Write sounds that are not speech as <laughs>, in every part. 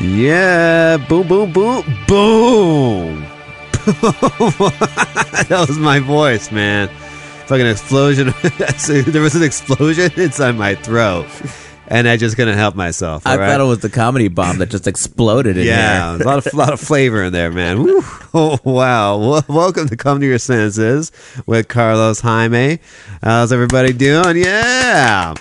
Yeah, boom, boom, boom, boom. <laughs> that was my voice, man. Fucking explosion. <laughs> there was an explosion <laughs> inside my throat, and I just couldn't help myself. I all right? thought it was the comedy bomb that just exploded in yeah, here. a lot of <laughs> lot of flavor in there, man. Woo. <laughs> Oh, wow. Well, welcome to Come to Your Senses with Carlos Jaime. How's everybody doing? Yeah.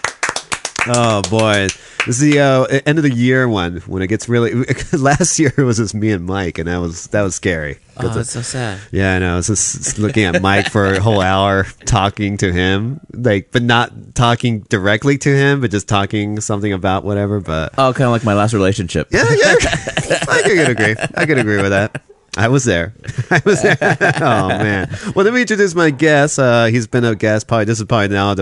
Oh boy, this is the uh, end of the year one when it gets really. <laughs> last year it was just me and Mike, and that was that was scary. Oh, that's so sad. Yeah, I know. It's just it's looking at Mike for a whole hour, talking to him, like, but not talking directly to him, but just talking something about whatever. But Oh, kind of like my last relationship. yeah, yeah, I could agree. I could agree with that. I was there. <laughs> I was there. Oh man. Well, let me introduce my guest. Uh, he's been a guest. Probably this is probably now <laughs> the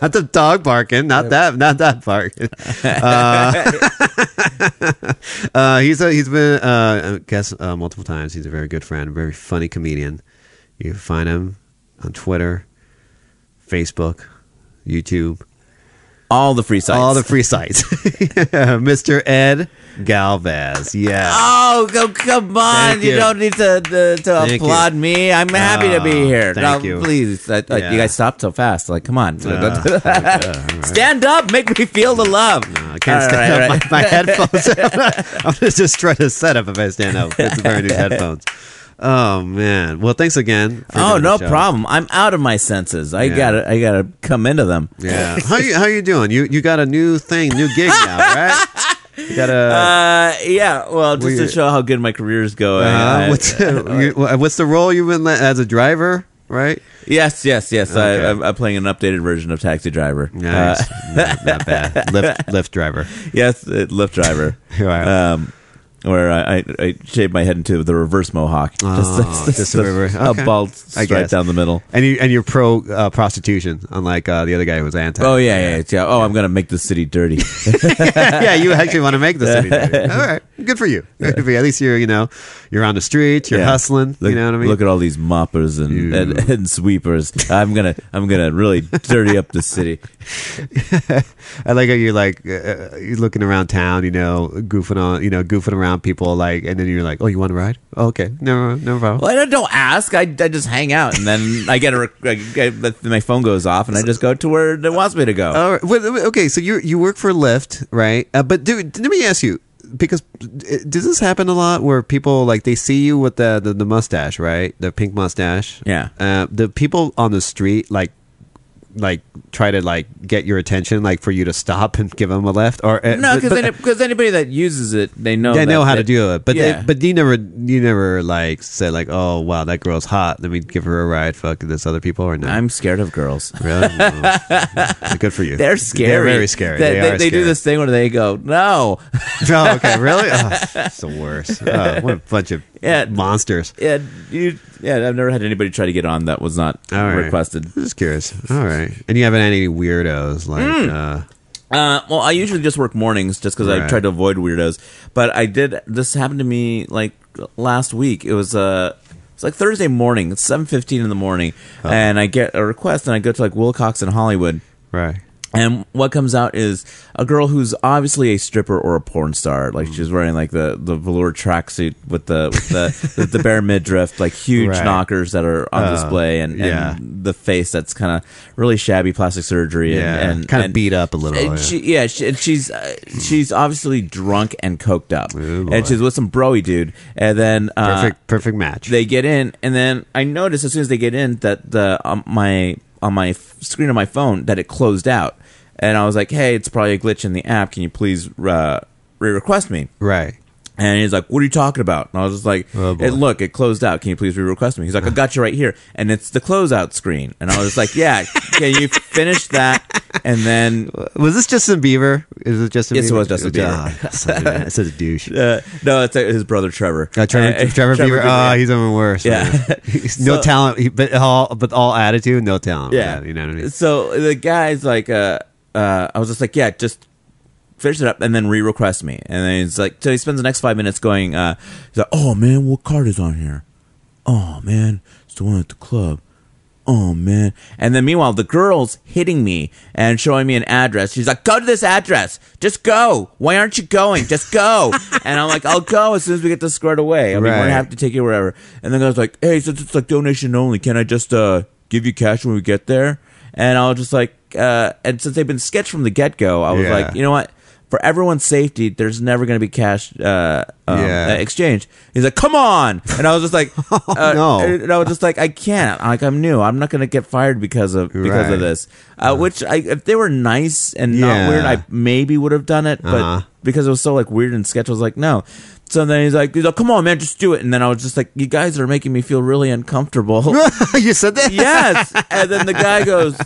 not the dog barking, not that, not that barking. Uh, <laughs> uh, he's a, he's been uh, a guest uh, multiple times. He's a very good friend, a very funny comedian. You can find him on Twitter, Facebook, YouTube, All the free sites. all the free sites. <laughs> Yeah, Mr. Ed Galvez. Yeah. Oh, go, come on! Thank You. you. don't need to to, to Thank applaud me. I'm happy to be Oh, here. thank no, you. please, I, like, you Yeah. Ah, guys stop so fast. Like, come on, <laughs> stand up, make me feel the love. I can't All stand right, up. all right. My, <laughs> my headphones. <laughs> I'm going to just try to set up if I stand up. It's very <laughs> new headphones. Oh, man. Well, thanks again. for Oh, doing no the show. problem. I'm out of my senses. I Yeah. gotta I gotta come into them. Yeah. How you how you doing? You you got a new thing, new gig <laughs> now, right? You got a Uh, yeah. Well, just to Weird. show how good my career's going. uh, I- what's, <laughs> you, what's the role you've been le- as a driver, right? yes, yes, yes. I, Okay. I'm, I'm playing an updated version of Taxi Driver. Nice. Uh, not, not bad. Lyft Lyft driver. <laughs> yes, uh, <laughs> Lyft Driver. Right. um, where I, I, I shaved my head into the reverse mohawk. <laughs> Oh, just a reverse- okay. a bald I stripe guess. down the middle. and you and you're pro uh, prostitution, unlike uh, the other guy who was anti. Oh yeah, yeah, yeah. yeah. Oh, I'm gonna make the city dirty. <laughs> yeah, you actually want to make this city. dirty. All right, good for you. Good for you. <laughs> At least you're, you know, you're on the street, <laughs> you're Yeah. hustling. Look, you know what I mean? Look at all these moppers and, Ew. and, <laughs> and sweepers. I'm gonna I'm gonna really dirty up the city. <laughs> I like how you're like uh, you're looking around town, you know, goofing on, you know, goofing around people, like, and then you're like, oh, you want to ride? Oh, okay, no, no problem. Well, I don't, don't ask. I, I just hang out, and then I get a. rec- I, I, my phone goes off, and I just go to where it wants me to go. All right. Well, okay, so you you work for Lyft, right? Uh, but dude, let me ask you because uh, does this happen a lot where people like they see you with the the, the mustache, right? The pink mustache. Yeah. Uh, the people on the street like like try to like get your attention, like for you to stop and give them a lift, or uh, no, but- because but- because anybody that uses it, they know they that- know how that- to do it, but yeah. they, but you never you never like said like oh wow that girl's hot let me give her a ride fuck this other people or no I'm scared of girls. <laughs> really No. good for you They're scary. they're very scary They, they, they- are they do scary. this thing where they go, no, <laughs> oh, okay, really? Oh, it's the worst. Oh, what a bunch of Yeah. monsters. yeah, you, yeah. I've never had anybody try to get on that was not All right. requested. I'm just curious. All right. And you haven't had any weirdos like Hmm. uh, Uh, well, I usually just work mornings just because I Right. try to avoid weirdos. But I did. This happened to me like last week. It was uh, it's like Thursday morning. It's seven fifteen in the morning, Oh. and I get a request, and I go to like Wilcox in Hollywood. right. And what comes out is a girl who's obviously a stripper or a porn star. Like Mm. she's wearing like the, the velour tracksuit with the with the, with the bare midriff, like huge Right. Oh, knockers that are on display, and, yeah. and the face that's kind of really shabby plastic surgery, and, Yeah. and kind of and- beat up a little. and Yeah. she, yeah, she, and she's uh, she's obviously drunk and coked up, Ooh, boy. and she's with some broy dude, and then uh, perfect perfect match. they get in, and then I notice as soon as they get in that the on my on my f- screen on my phone that it closed out, and I was like, "Hey, it's probably a glitch in the app. Can you please uh, re-request me?" right. And he's like, "What are you talking about?" And I was just like, Oh, boy. "Hey, look, it closed out. Can you please re-request me?" He's like, "I got you right here," and it's the closeout screen, and I was just <laughs> like, "Yeah, can you finish that?" And then Was this Justin Bieber? Is it Justin Yes, Bieber? it was Justin Bieber. Ah, son of a- It's such a <laughs> douche. Uh, no, it's uh, his brother Trevor. Uh, Trevor, Uh, Trevor, Bieber. yeah. Oh, he's even worse. Yeah. <laughs> man. He's no So- talent, he- but all but all attitude, no talent. yeah. you know what I mean. So the guy's like, uh, uh, I was just like, yeah, just finish it up and then re-request me. And then he's like, so he spends the next five minutes going, uh, he's like, oh man, what card is on here? Oh man, it's the one at the club. oh man. And then meanwhile, the girl's hitting me and showing me an address. She's like, go to this address. Just go. Why aren't you going? Just go. and I'm like, I'll go as soon as we get this squared away. I mean, we're Right. gonna have to take you wherever. And the guy's like, hey, since it's like donation only, can I just uh give you cash when we get there? And I was just like, uh, and since they've been sketched from the get go, I was Yeah. like, you know what? For everyone's safety, there's never going to be cash uh, um, Yeah. uh, exchange. He's like, "Come on!" And I was <laughs> just like, uh, Oh, no. and I was just like, I can't. Like, I'm new. I'm not gonna get fired because of because Right. of this. Uh, which, I, if they were nice and not Yeah. weird, I maybe would have done it. But Uh-huh. because it was so like weird and sketch, I was like, no. So then he's like, he's like, come on, man, just do it. And then I was just like, you guys are making me feel <laughs> really uncomfortable. you said that? yes. And then the guy goes,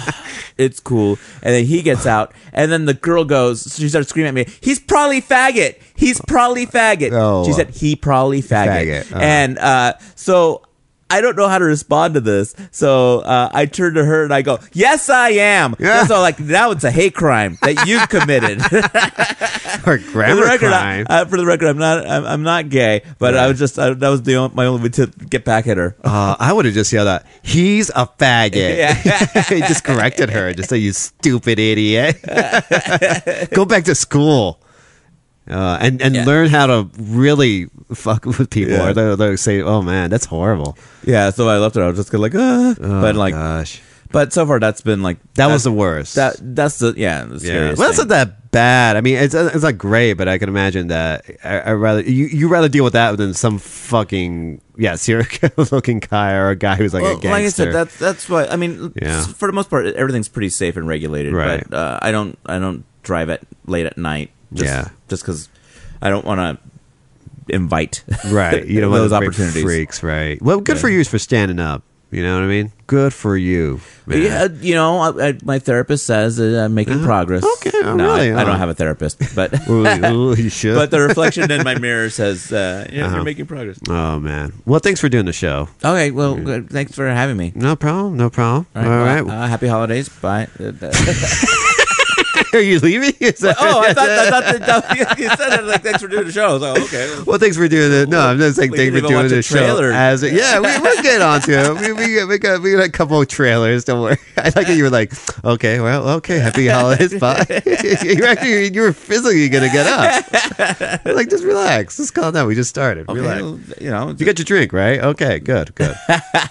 <laughs> it's cool. And then he gets out. And then the girl goes, she starts screaming at me, he's probably faggot. He's probably faggot. Oh. She said, he probably faggot. Faggot, uh. And uh, so I don't know how to respond to this. So uh, I turn to her and I go, yes, I am. Yeah. And so like, now it's a hate crime that <laughs> you've committed. <laughs> Or For grammar the record, I, crime. uh, for the record, I'm not, I'm, I'm not gay, but I was just, I, that was the only, my only way to get back <laughs> at her. Uh, I would have just yelled out, he's a faggot. <laughs> Yeah. <laughs> He just corrected her. Just say, you stupid idiot. <laughs> Go back to school. Uh, and and Yeah. learn how to really fuck with people. Yeah. Or they'll, they'll say, oh man, that's horrible. Yeah, so I left it. I was just kinda like, ah. but Oh, like, gosh. but so far that's been like That was that's- the worst. that that's the yeah the yeah. scariest Well, that's thing. not that bad. I mean, it's it's not great, but I can imagine that. I, I rather you you rather deal with that than some fucking yeah serial <laughs> killer looking guy or a guy who's like a well, like I gangster. said, that's that's why I mean Yeah. s- for the most part everything's pretty safe and regulated. Right. But uh, I don't I don't drive at late at night. Just, Yeah. Just because I don't want to invite right. <laughs> You know those those opportunities. Freaks, right? Well, good for you for standing up. You know what I mean? Good for you. Man. Yeah, you know, I, I, my therapist says that I'm making progress. Okay, oh, no, I- really? I, Oh. don't have a therapist, but <laughs> Ooh, <laughs> ooh, you should. but the reflection in my mirror says, uh, yeah, you're making progress. oh man. Well, thanks for doing the show. Okay, well, good. thanks for having me. No problem. No problem. All right. well, uh, happy holidays. <laughs> Bye. oh, uh, Are you leaving? <laughs> Is that- I thought, I thought that, you said it like thanks for doing the show. I was like, oh, okay. Well, thanks for doing it. No, I'm just saying We thanks didn't for even doing watch a this trailer. show. As yeah, we, we'll get onto it. We, we, got- we got we got a couple of trailers. Don't worry. <laughs> I like it. You were like, okay, well, okay, happy holidays, bye. <laughs> you actually you were physically gonna get up. like, just relax. Just calm down. We just started. Okay, Relax. well, you know, You got your drink, right? Okay, good, <laughs> good.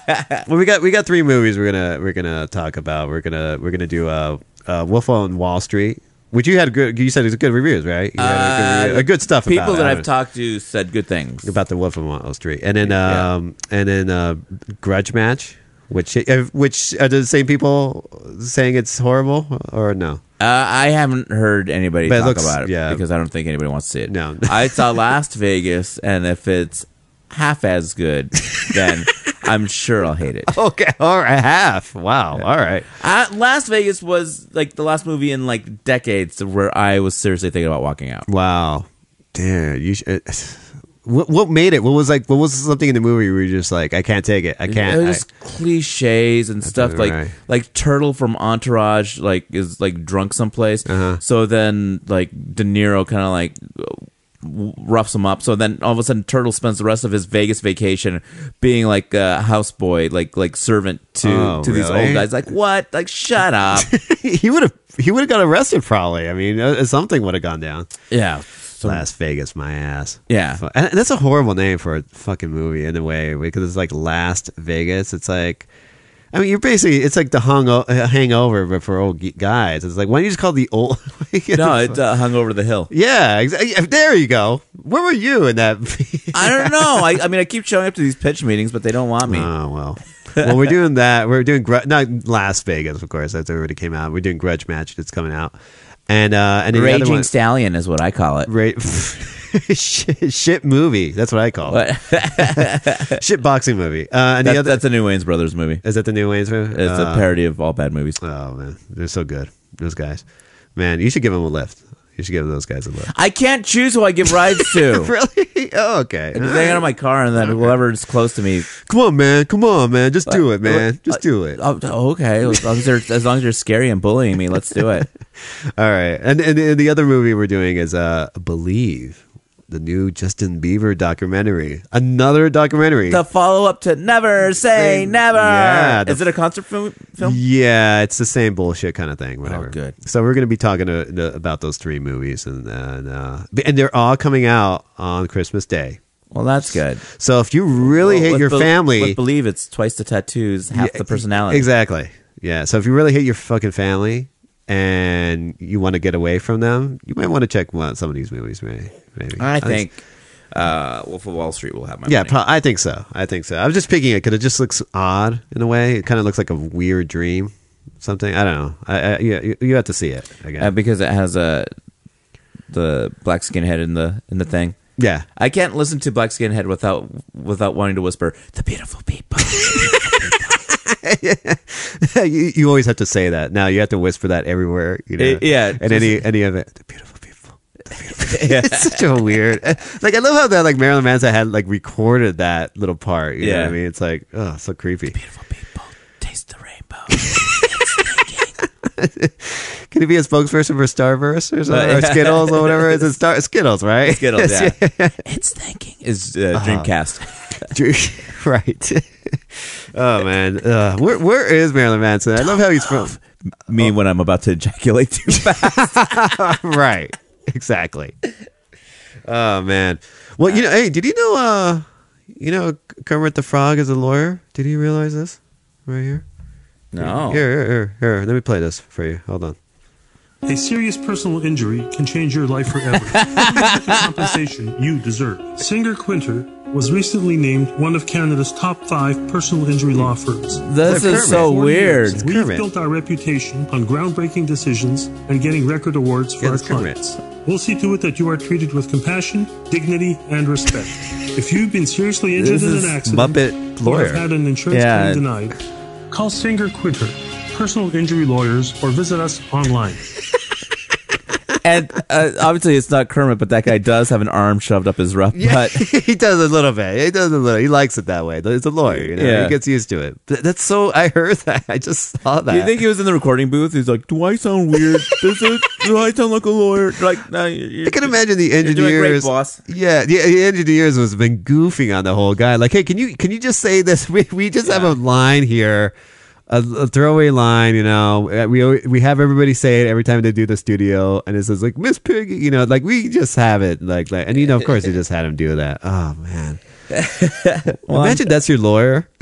well, we got we got three movies we're gonna we're gonna talk about. We're gonna we're gonna do uh, uh Wolf on Wall Street, which you had good. You said it was good reviews, right? You had a good, Uh, review- a good stuff. about people it. that I I've don't- talked to said good things. about the Wolf of Wall Street, and then Yeah. um, and then uh, Grudge Match, which uh, which are the same people saying it's horrible or no? Uh, I haven't heard anybody But it talk looks- about it yeah. because I don't think anybody wants to see it. No. <laughs> I saw Last Vegas, and if it's half as good, <laughs> then I'm sure I'll hate it. <laughs> Okay, all right, half. Wow, all right. Uh, Las Vegas was like the last movie in like decades where I was seriously thinking about walking out. Wow, damn. You sh- it, <sighs> what what made it? What was like? What was something in the movie where you're just like, I can't take it. I can't. I- There's cliches and stuff like right. like Turtle from Entourage like is like drunk someplace. Uh-huh. So then like De Niro kind of like w- roughs him up. So then all of a sudden Turtle spends the rest of his Vegas vacation being like a houseboy, like like servant to Oh, to these really? old guys. Like what? Like <laughs> shut up. he would have. He would have got arrested probably. I mean, uh, something would have gone down. yeah. So Las Vegas, my ass. Yeah. Fu- and that's a horrible name for a fucking movie in a way because it's like Last Vegas. It's like, I mean, you're basically it's like the hung uh, hangover, but for old ge- guys. It's like why don't you just call it the old? <laughs> no, it uh, hung over the hill. yeah, exactly. There you go. Where were you in that? <laughs> I don't know. I, I mean, I keep showing up to these pitch meetings, but they don't want me. Oh well. well, we're doing that. We're doing Gru- not Las Vegas, of course. That's already came out. We're doing Grudge Match. That's coming out, and uh, and then the other Raging one, Stallion is what I call it. Ra- <laughs> shit, shit movie. That's what I call it. <laughs> But Shit boxing movie. Uh, and that, the other that's a new Wayne's Brothers movie. Is that the new Wayne's movie? It's Uh, a parody of all bad movies. oh man, they're so good. Those guys, man, you should give them a lift. You should give those guys a lift. <laughs> I can't choose who I give rides <laughs> to. Really? Oh, okay. Just hang out of my car, and then whoever's close to me. uh, Come on, man. Come on, man. Just do it, man. Just do it. All Oh, okay, as long as, they're, as long as you're scary and bullying me, <laughs> let's do it. right. And and, and the other movie we're doing is uh, Believe. the new Justin Bieber documentary. Another documentary. The follow up to Never Say Same- Never. Yeah, the- Is it a concert film? film? Oh, Yeah, it's the same bullshit kind of thing. Whatever. good. So we're going to be talking uh, the- about those three movies, and and, uh, and they're all coming out on Christmas Day. Well, that's good. So if you really Well, hate with your be- family, with believe it's twice the tattoos, half Yeah, the personality. Exactly. Yeah. So if you really hate your fucking family and you want to get away from them, you might want to check one, some of these movies, maybe. maybe. I think uh, Wolf of Wall Street will have my Yeah, money. pro- I think so. I think so. I'm just picking it because it just looks odd in a way. It kind of looks like a weird dream, something. I don't know. I, I, yeah, you, you have to see it. I guess. uh, because it has a the black skinhead in the in the thing. yeah. <laughs> I can't listen to Black Skinhead without without wanting to whisper the beautiful people. <laughs> you, you always have to say that. Now you have to whisper that everywhere. You know? Eh, yeah, And just- any any of it. The beautiful people. <laughs> it's such a weird. Like I love how that like Marilyn Manson had like recorded that little part. You know what Yeah. I mean? It's like oh, so creepy. beautiful people taste the rainbow. <laughs> Can he be a spokesperson for Starburst or, something, Uh, or yeah. Skittles or whatever? Is it Star Skittles? Right? Skittles, <laughs> yeah. it's thinking is uh, Dreamcast. <laughs> right. oh man, uh, where where is Marilyn Manson? I love how he's <laughs> from. Me when I'm about to ejaculate too fast. right. Exactly. Oh man. Well, you know, hey, did you know uh you know Kermit the Frog is a lawyer? Did you realize this? Right here? No. Here, here, here, here. Let me play this for you. Hold on. A serious personal injury can change your life <laughs> forever. Get the compensation you deserve. Singer Quinter was recently named one of Canada's top five personal injury law firms. This Look, is Kermit. so For weird. years, We've Kermit. built our reputation on groundbreaking decisions and getting record awards for Yeah, our it's Kermit. clients. We'll see to it that you are treated with compassion, dignity, and respect. If you've been seriously injured This in is an accident, Muppet or lawyer. have had an insurance Yeah. claim denied, call Singer Quinter, personal injury lawyers, or visit us online. And uh, obviously it's not Kermit, but that guy does have an arm shoved up his rough <laughs> butt. <laughs> he does a little bit. He does a little. He likes it that way. It's a lawyer. You know? Yeah. He gets used to it. Th- That's so. I heard that. I just saw that. Do you think he was in the recording booth? He's like, "Do I sound weird? Does it, do I sound like a lawyer?" Like, no, you I can imagine the engineers. doing great, boss. Yeah, the, the engineers was been goofing on the whole guy. Like, hey, can you can you just say this? <laughs> We, we just have a line here, a, a throwaway line. You know, Uh, we al- we have everybody say it every time they do the studio, and it says like Miss Piggy. You know, like we just have it. Like, like, and you know, of course, they just had him do that. Oh <laughs> man, imagine that's your lawyer. <laughs>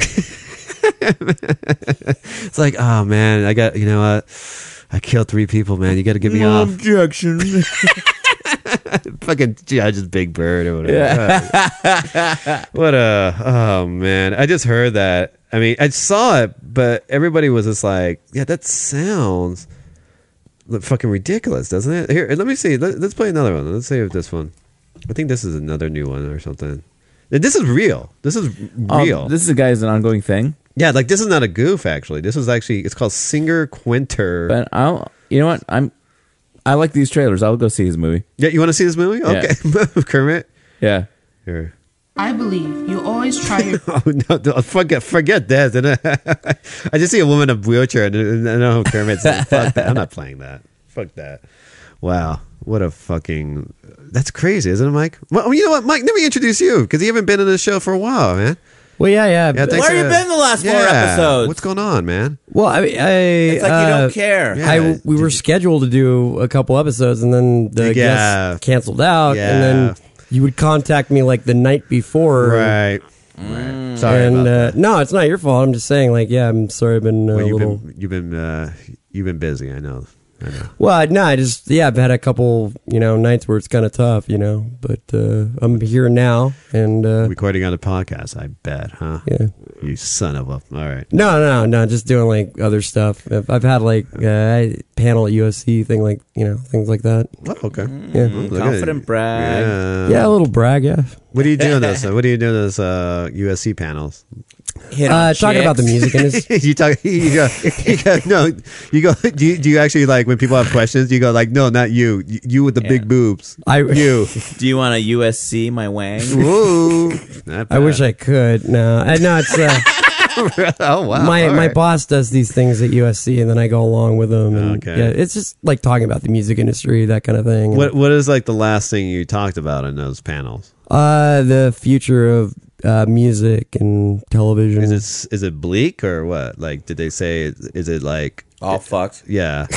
it's like, oh man, I got you know what. I killed three people, man. You got to get me off objection. <laughs> fucking judge's Big Bird or whatever. what a oh man! I just heard that. I mean, I saw it, but everybody was just like, "Yeah, that sounds li- fucking ridiculous, doesn't it?" Here, let me see. Let, let's play another one. Let's see if this one. I think this is another new one or something. This is real. This is real. Um, this is a guy is an ongoing thing, yeah, like this is not a goof. Actually, this is actually it's called Singer Quinter. but I'll. You know what? I'm. I like these trailers. I'll go see his movie. yeah, you want to see this movie? Yeah. Okay, <laughs> Kermit. Yeah. Here. I believe you always try <laughs> your Oh no! don't- Forget, forget this. And I, I <laughs> just see a woman in a wheelchair, and, and I know Kermit's like, "Fuck that! I'm not playing that. Fuck that." Wow, what a fucking that's crazy, isn't it, Mike? Well, you know what, Mike? Let me introduce you because you haven't been in this show for a while, man. Well, yeah, yeah. Yeah, thanks Where for- you been the last four episodes? What's going on, man? well, I, I It's like you Uh, don't care. yeah. I we Did were you- scheduled to do a couple episodes, and then the Yeah. guests canceled out, Yeah. and then you would contact me like the night before, Right. Mm. right. Sorry and about that. uh, no, it's not your fault. I'm just saying, like, yeah, I'm sorry. I've been uh, Well, a you've little. been you've been uh, you've been busy. I know. I know. Well, no, I just yeah, I've had a couple you know nights where it's kind of tough, you know. But uh, I'm here now, and uh, Recording on a podcast, I bet, huh? yeah. You son of a. All right. No, no, no. Just doing like other stuff. I've, I've had like uh, panel at USC thing, like you know things like that. Oh, okay. Yeah, Look at Mm-hmm. confident it. brag. Yeah. yeah, a little brag. Yeah, What are you doing this? What are you doing this uh, USC panels? <laughs> Hit on uh, talking about the chicks. music industry. you talk. You go. You go <laughs> no. You go. Do you, do you actually like when people have questions? You go like, no, not you. You, you with the big boobs. I you. Do you want a USC my wang? <laughs> Whoa. Not I bad. wish I could. No, I, no, it's uh, <laughs> oh wow. my All my right. boss does these things at USC, and then I go along with them. And Okay. yeah, it's just like talking about the music industry, that kind of thing. What what is like the last thing you talked about in those panels? Uh, the future of uh, music and television. Is it s- is it bleak or what? Like, did they say is it like All fucked. <laughs> yeah,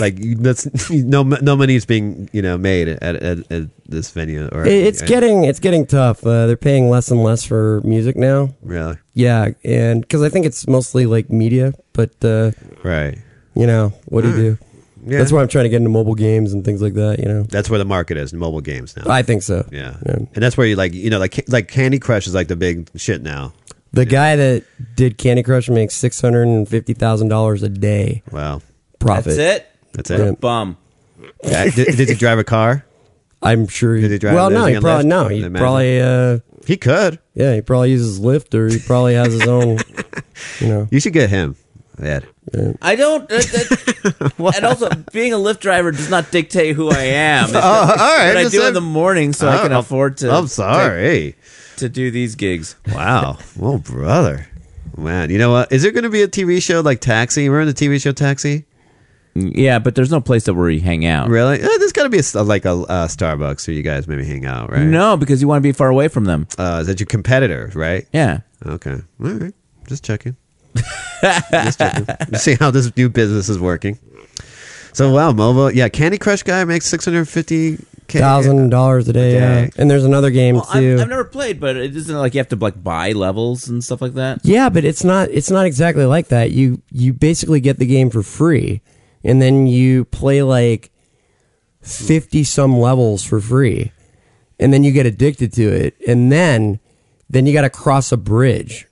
like you- that's no no money's being you know made at at, at this venue or It- it's getting it's getting tough. Uh, they're paying less and less for music now. really Yeah, and because I think it's mostly like media, but uh, right. you know, what do you do? Yeah. That's why I'm trying to get into mobile games and things like that. You know, That's where the market is mobile games now. I think so. yeah. and that's where you like you know like like Candy Crush is like the big shit now. The guy that did Candy Crush makes six hundred and fifty thousand dollars a day Wow, profit. That's it. that's Yeah. it. Bum. Yeah. Did, did he drive a car? I'm sure. He, Did he drive well, an no, he Uzi probably Lyft? no, he Imagine. probably uh, He could. yeah, he probably uses Lyft or he probably has <laughs> his own. You know, You should get him. Ed. I don't. <laughs> Uh, that- and also, being a Lyft driver does not dictate who I am. <laughs> It's Oh, all right. what I just do in said- the morning, so I can Oh, afford to. I'm sorry. to, to do these gigs. Wow. Well, brother. Man, you know what? Is there going to be a TV show like Taxi? Remember the TV show Taxi? Yeah, but there's no place that where you hang out. Really? Eh, there's got to be a, st- like a uh, Starbucks where you guys maybe hang out, right? No, because you want to be far away from them. Uh, is that your competitor, right? Yeah. Okay. All right. Just checking. Just checking. Just see how this new business is working. So, wow, Mobile. Yeah, Candy Crush guy makes 650K. thousand dollars a day. Yeah, day. and there's another game Well, too. I've, I've never played, but it isn't like you have to like buy levels and stuff like that. Yeah, but it's not it's not exactly like that. You you basically get the game for free and then you play like 50 some levels for free. And then you get addicted to it and then then you got to cross a bridge.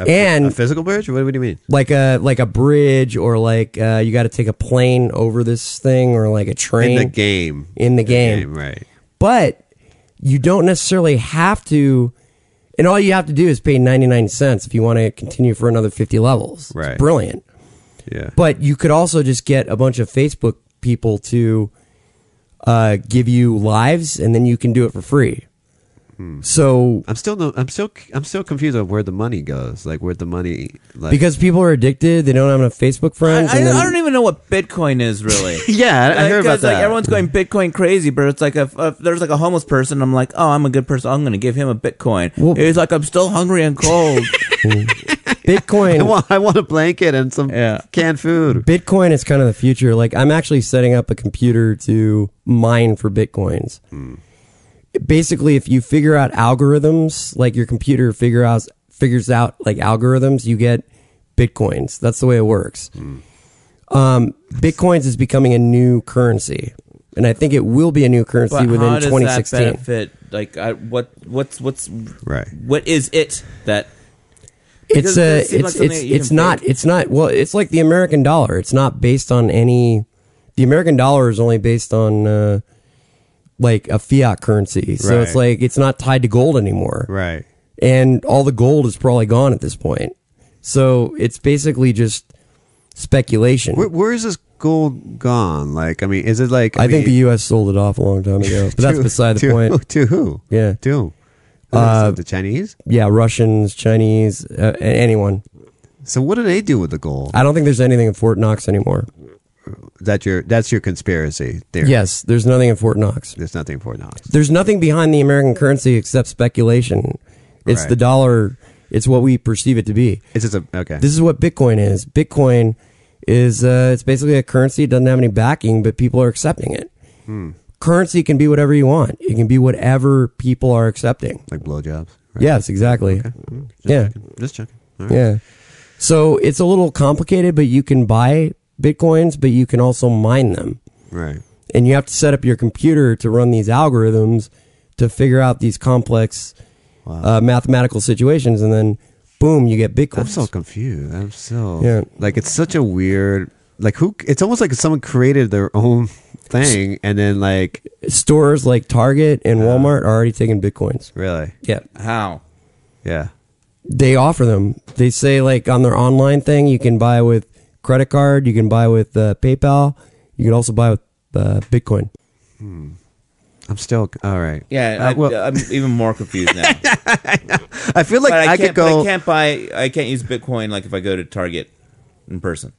A- and- a physical bridge? What, what do you mean? Like a like a bridge or like uh, you got to take a plane over this thing or like a In train the game. In the game. right. But you don't necessarily have to and all you have to do is pay 99 cents if you want to continue for another 50 levels. It's Right. brilliant. Yeah. But you could also just get a bunch of Facebook people to uh, give you lives, and then you can do it for free. So I'm still no, I'm still I'm still confused on where the money goes. Like where the money like because people are addicted, they don't have enough Facebook I, friends. I, and then- I don't even know what Bitcoin <laughs> is really. yeah, I, I Like, heard 'cause, about that. Like everyone's going Bitcoin crazy, but it's like if, if there's like a homeless person, I'm like, oh, I'm a good person. I'm going to give him a Bitcoin. Well- He's like, I'm still hungry <laughs> and cold. <laughs> <laughs> I Bitcoin. want, I want a blanket and some Yeah. canned food. Bitcoin is kind of the future. Like I'm actually setting up a computer to mine for bitcoins. Basically, if you figure out algorithms, like your computer figure out figures out like algorithms, you get bitcoins. That's the way it works. Um, bitcoins is becoming a new currency, and I think it will be a new currency but within how does 2016. that benefit? Like, I, what, what's, what's, Right. what is it that? it's Because a it it's seems like it's something it's, that you can not fake. it's not well it's like the American dollar. It's not based on any. The American dollar is only based on uh, like a fiat currency, so it's Right. like it's not tied to gold anymore. Right. And all the gold is probably gone at this point, so it's basically just speculation. Where, where is this gold gone? Like I mean, is it like I, think the mean, U.S. sold it off a long time ago, but <laughs> that's to- beside the to- point. To who? Yeah. To who? Uh, the Chinese. Yeah, Russians, Chinese, uh, a- anyone. So what do they do with the gold? I don't think there's anything in Fort Knox anymore. That your that's your conspiracy theory. Yes, there's nothing in Fort Knox. There's nothing for Knox. there's nothing behind the American currency except speculation. It's Right. the dollar. It's what we perceive it to be. It's just a okay. This is what Bitcoin is. Bitcoin is uh, it's basically a currency. It doesn't have any backing, but people are accepting it. Hmm. Currency can be whatever you want. It can be whatever people are accepting. like blowjobs. Right? Hmm. Yes, exactly. yeah, Just checking. All right. yeah. So it's a little complicated, but you can buy bitcoins, but you can also mine them Right. and you have to set up your computer to run these algorithms to figure out these complex uh, mathematical situations, and then boom, you get Bitcoin. I'm so confused. I'm so Yeah. Like it's such a weird. Like who? It's almost like someone created their own thing and then like Stores like Target and Walmart are already taking Bitcoins. really. Yeah, How? Yeah. they offer them. They say like on their online thing, you can buy with credit card, you can buy with uh, PayPal, you can also buy with uh, Bitcoin. I'm still all right. Yeah, Uh, I, well, I'm even more <laughs> confused now. I feel like but I, I can't. could but go. I can't buy. I can't use Bitcoin like if I go to Target in person.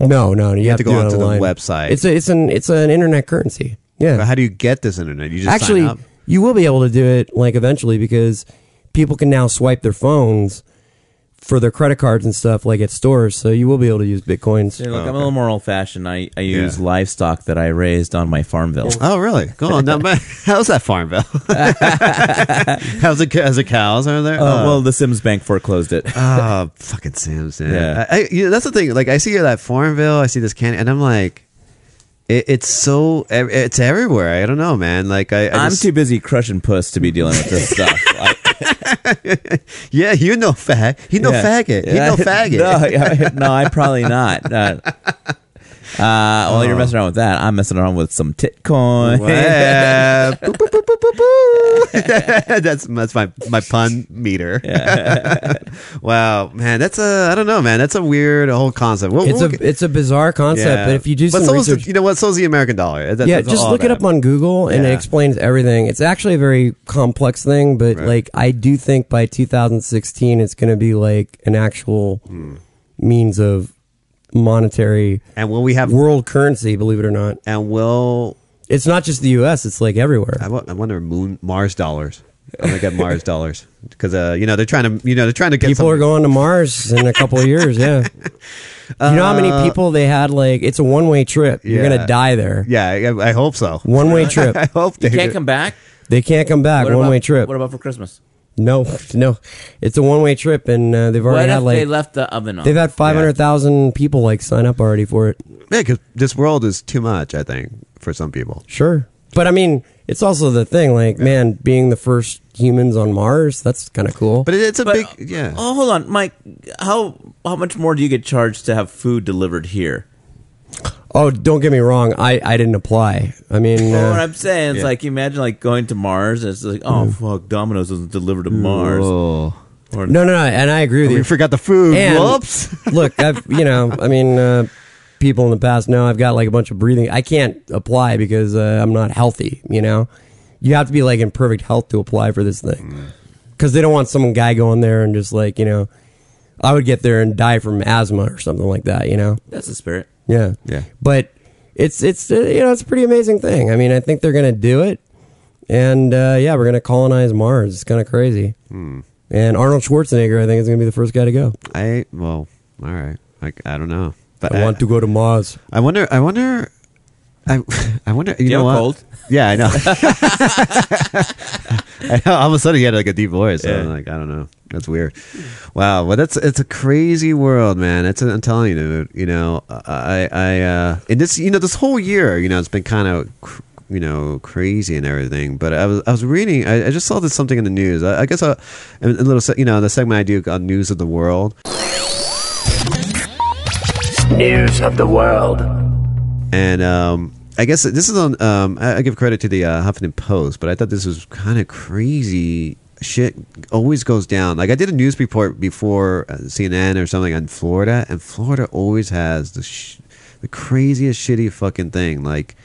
No, no, you, have have to to go do it onto the online. website. It's a, it's an it's an internet currency. Yeah, But how do you get this internet? You just sign actually up? you will be able to do it like eventually because people can now swipe their phones for their credit cards and stuff like at stores so you will be able to use bitcoins Yeah, look, I'm a little more old fashioned. I, I Yeah. use livestock that I raised on my Farmville. Oh, really? Go on. Now, man, <laughs> how's that Farmville? <laughs> how's the how's the cows are Oh. there? Uh, well, the Sims Bank foreclosed it. oh, fucking Sam's. Yeah, Yeah. I, I, you know, that's the thing. Like, I see that Farmville. I see this candy, and I'm like, it, it's so ev- it's everywhere. I don't know, man. Like, I, I I'm just- too busy crushing puss to be dealing with this <laughs> stuff. Like, yeah, you know, fag, he no faggot, he Yeah. <laughs> no faggot. No, I- no, I probably not. <laughs> Uh, uh, well, Oh. you're messing around with that. I'm messing around with some titcoin. <laughs> <laughs> Wow. Boop, boop, boop, boop, boop, boop. <laughs> that's that's my my pun meter. <laughs> wow, man, that's a I don't know, man, that's a weird whole concept. We'll- it's we'll- a it's a bizarre concept but if you do Oh, but some so's the- research you know what? So's the American dollar. That- yeah that's just all look it that. up on google and Yeah. it explains everything it's actually a very complex thing but Right. like i do think by 2016 it's going to be like an actual Hmm. means of monetary And will we have? world currency believe it or not And will it's not just the us it's like everywhere I, wa- I wonder Moon Mars dollars? I'm gonna get Mars dollars because uh, you know they're trying to you know they're trying to get people some- are going to Mars in a couple of <laughs> years. Yeah, you know how Uh, many people they had? Like, it's a one way trip. You're Yeah. gonna die there. Yeah, I, I hope so. One way <laughs> trip. <laughs> I hope they Can't come back. They can't come back. What One way about- trip. What about for Christmas? No, no, it's a one way trip, and uh, they've What already if had like they left the oven on? have had five hundred thousand people like sign up already for it. Yeah, because this world is too much. I think for some people. Sure, but I mean, it's also the thing. Like, man, being the first humans on Mars, that's kind of cool. But it, it's a But- big yeah. Oh, hold on, Mike. How how much more do you get charged to have food delivered here? oh, don't get me wrong, I I didn't apply. I mean, Well, what uh, I'm saying is Yeah. like imagine like going to Mars and it's like Mm. oh fuck Domino's doesn't deliver to Mars. Oh. Or, no, no, no, and I agree with We you. forgot the food. And Whoops. <laughs> look, I've you know, I mean, uh, people in the past know I've got like a bunch of breathing. I can't apply because uh, I'm not healthy. You know, you have to be like in perfect health to apply for this Mm. thing because they don't want some guy going there and just like you know, I would get there and die from asthma or something like that. You know, That's the spirit. yeah, Yeah. But it's it's uh, you know it's a pretty amazing thing. I mean, I think they're gonna do it, and uh, yeah, we're gonna colonize Mars. It's kind of crazy. Hmm. And Arnold Schwarzenegger, I think, is gonna be the first guy to go. I well, all right. I, I don't know. But I want to go to Mars. I wonder. I wonder. I <laughs> I wonder. You, you know what? have a cold? Yeah, I know. <laughs> I know. All of a sudden, he had like a deep voice. So Yeah. I'm like, I don't know. That's weird. Wow. Well, that's it's a crazy world, man. It's I'm telling you, dude. You know, I I uh, and this you know this whole year, you know, it's been kind of. Cr- you know, crazy and everything. But I was, I was reading. I, I just saw this something in the news. I, I guess a, a little, se- you know, the segment I do on news of the world. News of the world. And um, I guess this is on. Um, I, I give credit to the uh, Huffington Post, but I thought this was kind of crazy. Shit always goes down. Like I did a news report before uh, CNN or something on Florida, and Florida always has the sh- the craziest shitty fucking thing. Like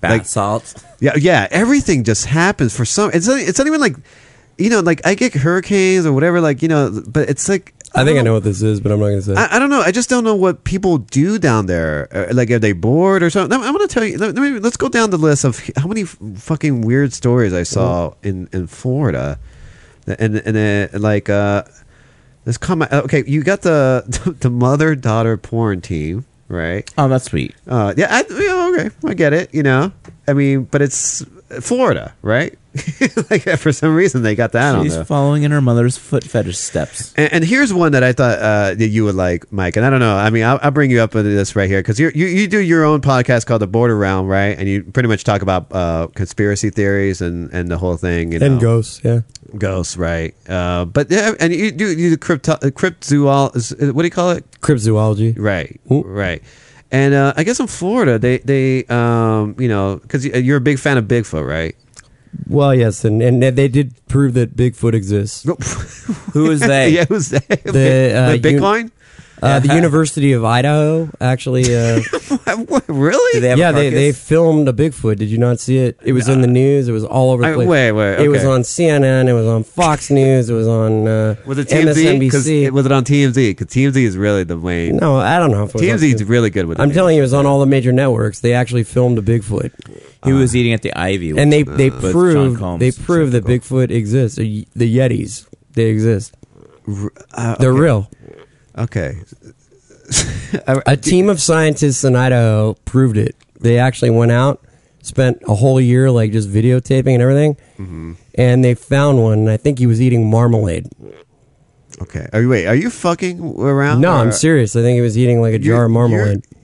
Bath Like- salts. yeah, yeah. Everything just happens for some. It's not, it's not even like, you know, like I get hurricanes or whatever. Like you know, but it's like oh, I think I don't know what this is, but I'm not going to say. I, I don't know. I just don't know what people do down there. Uh, Like, are they bored or something? I'm going to tell you. Let, let me, let's go down the list of how many f- fucking weird stories I saw in, in Florida, and and uh, like uh, this comment. Okay, you got the <laughs> the mother daughter porn team, right? Oh, that's sweet. Uh, yeah, I, yeah, okay, I get it. You know, I mean, but it's Florida, right? <laughs> like for some reason they got that on She's there. following in her mother's foot fetish steps. And, and here's one that I thought uh, that you would like, Mike. And I don't know. I mean, I'll, I'll bring you up with this right here because you, you you do your own podcast called The Border Round, right? And you pretty much talk about uh, conspiracy theories and, and the whole thing. You know? and ghosts, yeah. ghosts, right? Uh, but yeah, and you do you do crypto, uh, cryptozool. What do you call it? Cryptozoology. Right, Ooh. right. And uh, I guess in Florida, they they um, you know because you're a big fan of Bigfoot, right? Well, yes, and, and they did prove that Bigfoot exists. Who is <laughs> they? <laughs> yeah, who's that? The, uh, Bitcoin. Uh, the University of Idaho actually. <laughs> <laughs> Uh, What, really? Do they have yeah, a they, carcass? they filmed a Bigfoot. Did you not see it? It was in the news. It was all over the I- place. wait, wait, It was okay. on CNN. It was on Fox News. It was on uh, was it TMZ? 'Cause MSNBC. it- Was it on TMZ? Because TMZ is really the main. no, I don't know. If it was on TMZ is really good with. the I'm news. telling you, it was on all the major networks. They actually filmed a Bigfoot, he was eating at the Ivy, and they they with John proved Combs they and proved that Bigfoot exists. The Ye- the Yetis, they exist. uh, They're real. Okay. A team of scientists in Idaho proved it. They actually went out, spent a whole year like just videotaping and everything, Mm-hmm. and they found one. And I think he was eating marmalade. Okay. Are you wait? Are you fucking around? No, I'm or- serious. I think he was eating like a jar of marmalade. <laughs>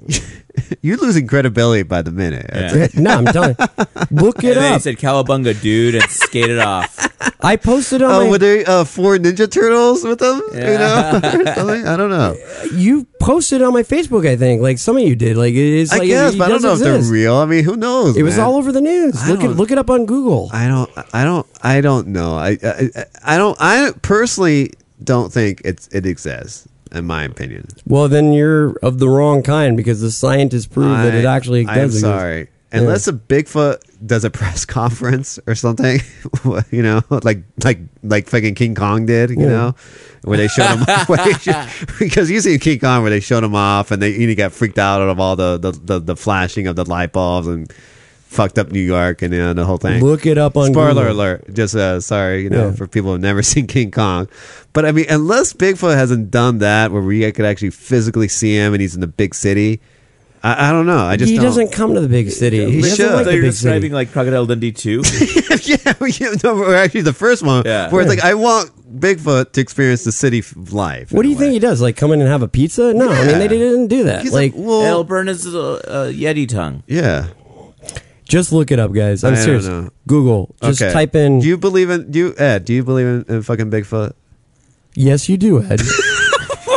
You're losing credibility by the minute. Yeah. no, I'm telling. you. Look it and then he up. said "Calabunga, dude," and skated <laughs> off. I posted on Oh, my- were there uh, four Ninja Turtles with them? You Yeah. know, <laughs> or something? I don't know. you posted on my Facebook. I think like some of you did. Like it is. I Like, guess, it, it but I don't does know if exist. they're real. I mean, who knows? It was man? all over the news. I look it don't- look it up on Google. I don't. I don't. I don't know. I. I, I don't. I personally don't think it's it exists. In my opinion, well, then you're of the wrong kind because the scientists prove that it I- actually does. I'm exist. sorry. Unless a Bigfoot does a press <laughs> conference or something, <laughs> you know, <laughs> like like like fucking King Kong did, you Yeah. know, where they <laughs> showed him <laughs> where they showed- because you see King Kong where they showed him off and they and he got freaked out of all the the, the, the flashing of the light bulbs and fucked up New York and you know, the whole thing. Look it up on Spoiler Google. alert! Just uh, sorry, you know, Yeah. for people who've never <laughs> seen King Kong. But I mean, unless Bigfoot hasn't done that, where we could actually physically see him, and he's in the big city, I, I don't know. I just he don't. doesn't come to the big city. He doesn't should. so like the you're big city. describing like Crocodile Dundee <laughs> two. <laughs> yeah, <laughs> we- you know, we're actually the first one Yeah. where it's like I want Bigfoot to experience the city f- life. What in do you a think way. he does? Like come in and have a pizza? No, I mean they didn't do that. He's like like, well, El burn his little, uh, Yeti tongue. yeah. just look it up, guys. I'm I don't serious. know. Google. Just okay. type in. Do you believe in do you Ed? Do you believe in, in fucking Bigfoot? <laughs> yes, you do, Ed.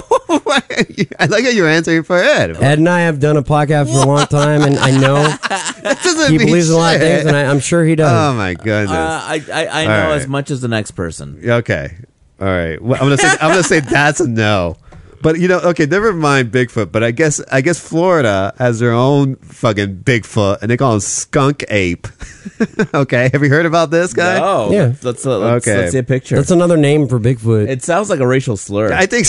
I like how you're answering for Ed. Ed and I have done a podcast for a long time, and I <laughs> know That doesn't he mean believes in a lot of shit. <laughs> things, and I, I'm sure he does. Oh my goodness. Uh, I I, I know All right. as much as the next person. Okay. All right. Well, I'm gonna say I'm gonna <laughs> say that's a no. But you know, okay, never mind Bigfoot. But I guess I guess Florida has their own fucking Bigfoot, and they call him Skunk Ape. <laughs> okay, have you heard about this guy? Oh, Yeah. Let's uh, let's, Okay. let's see a Oh, picture. That's another name for Bigfoot. it sounds like a racial slur. I think.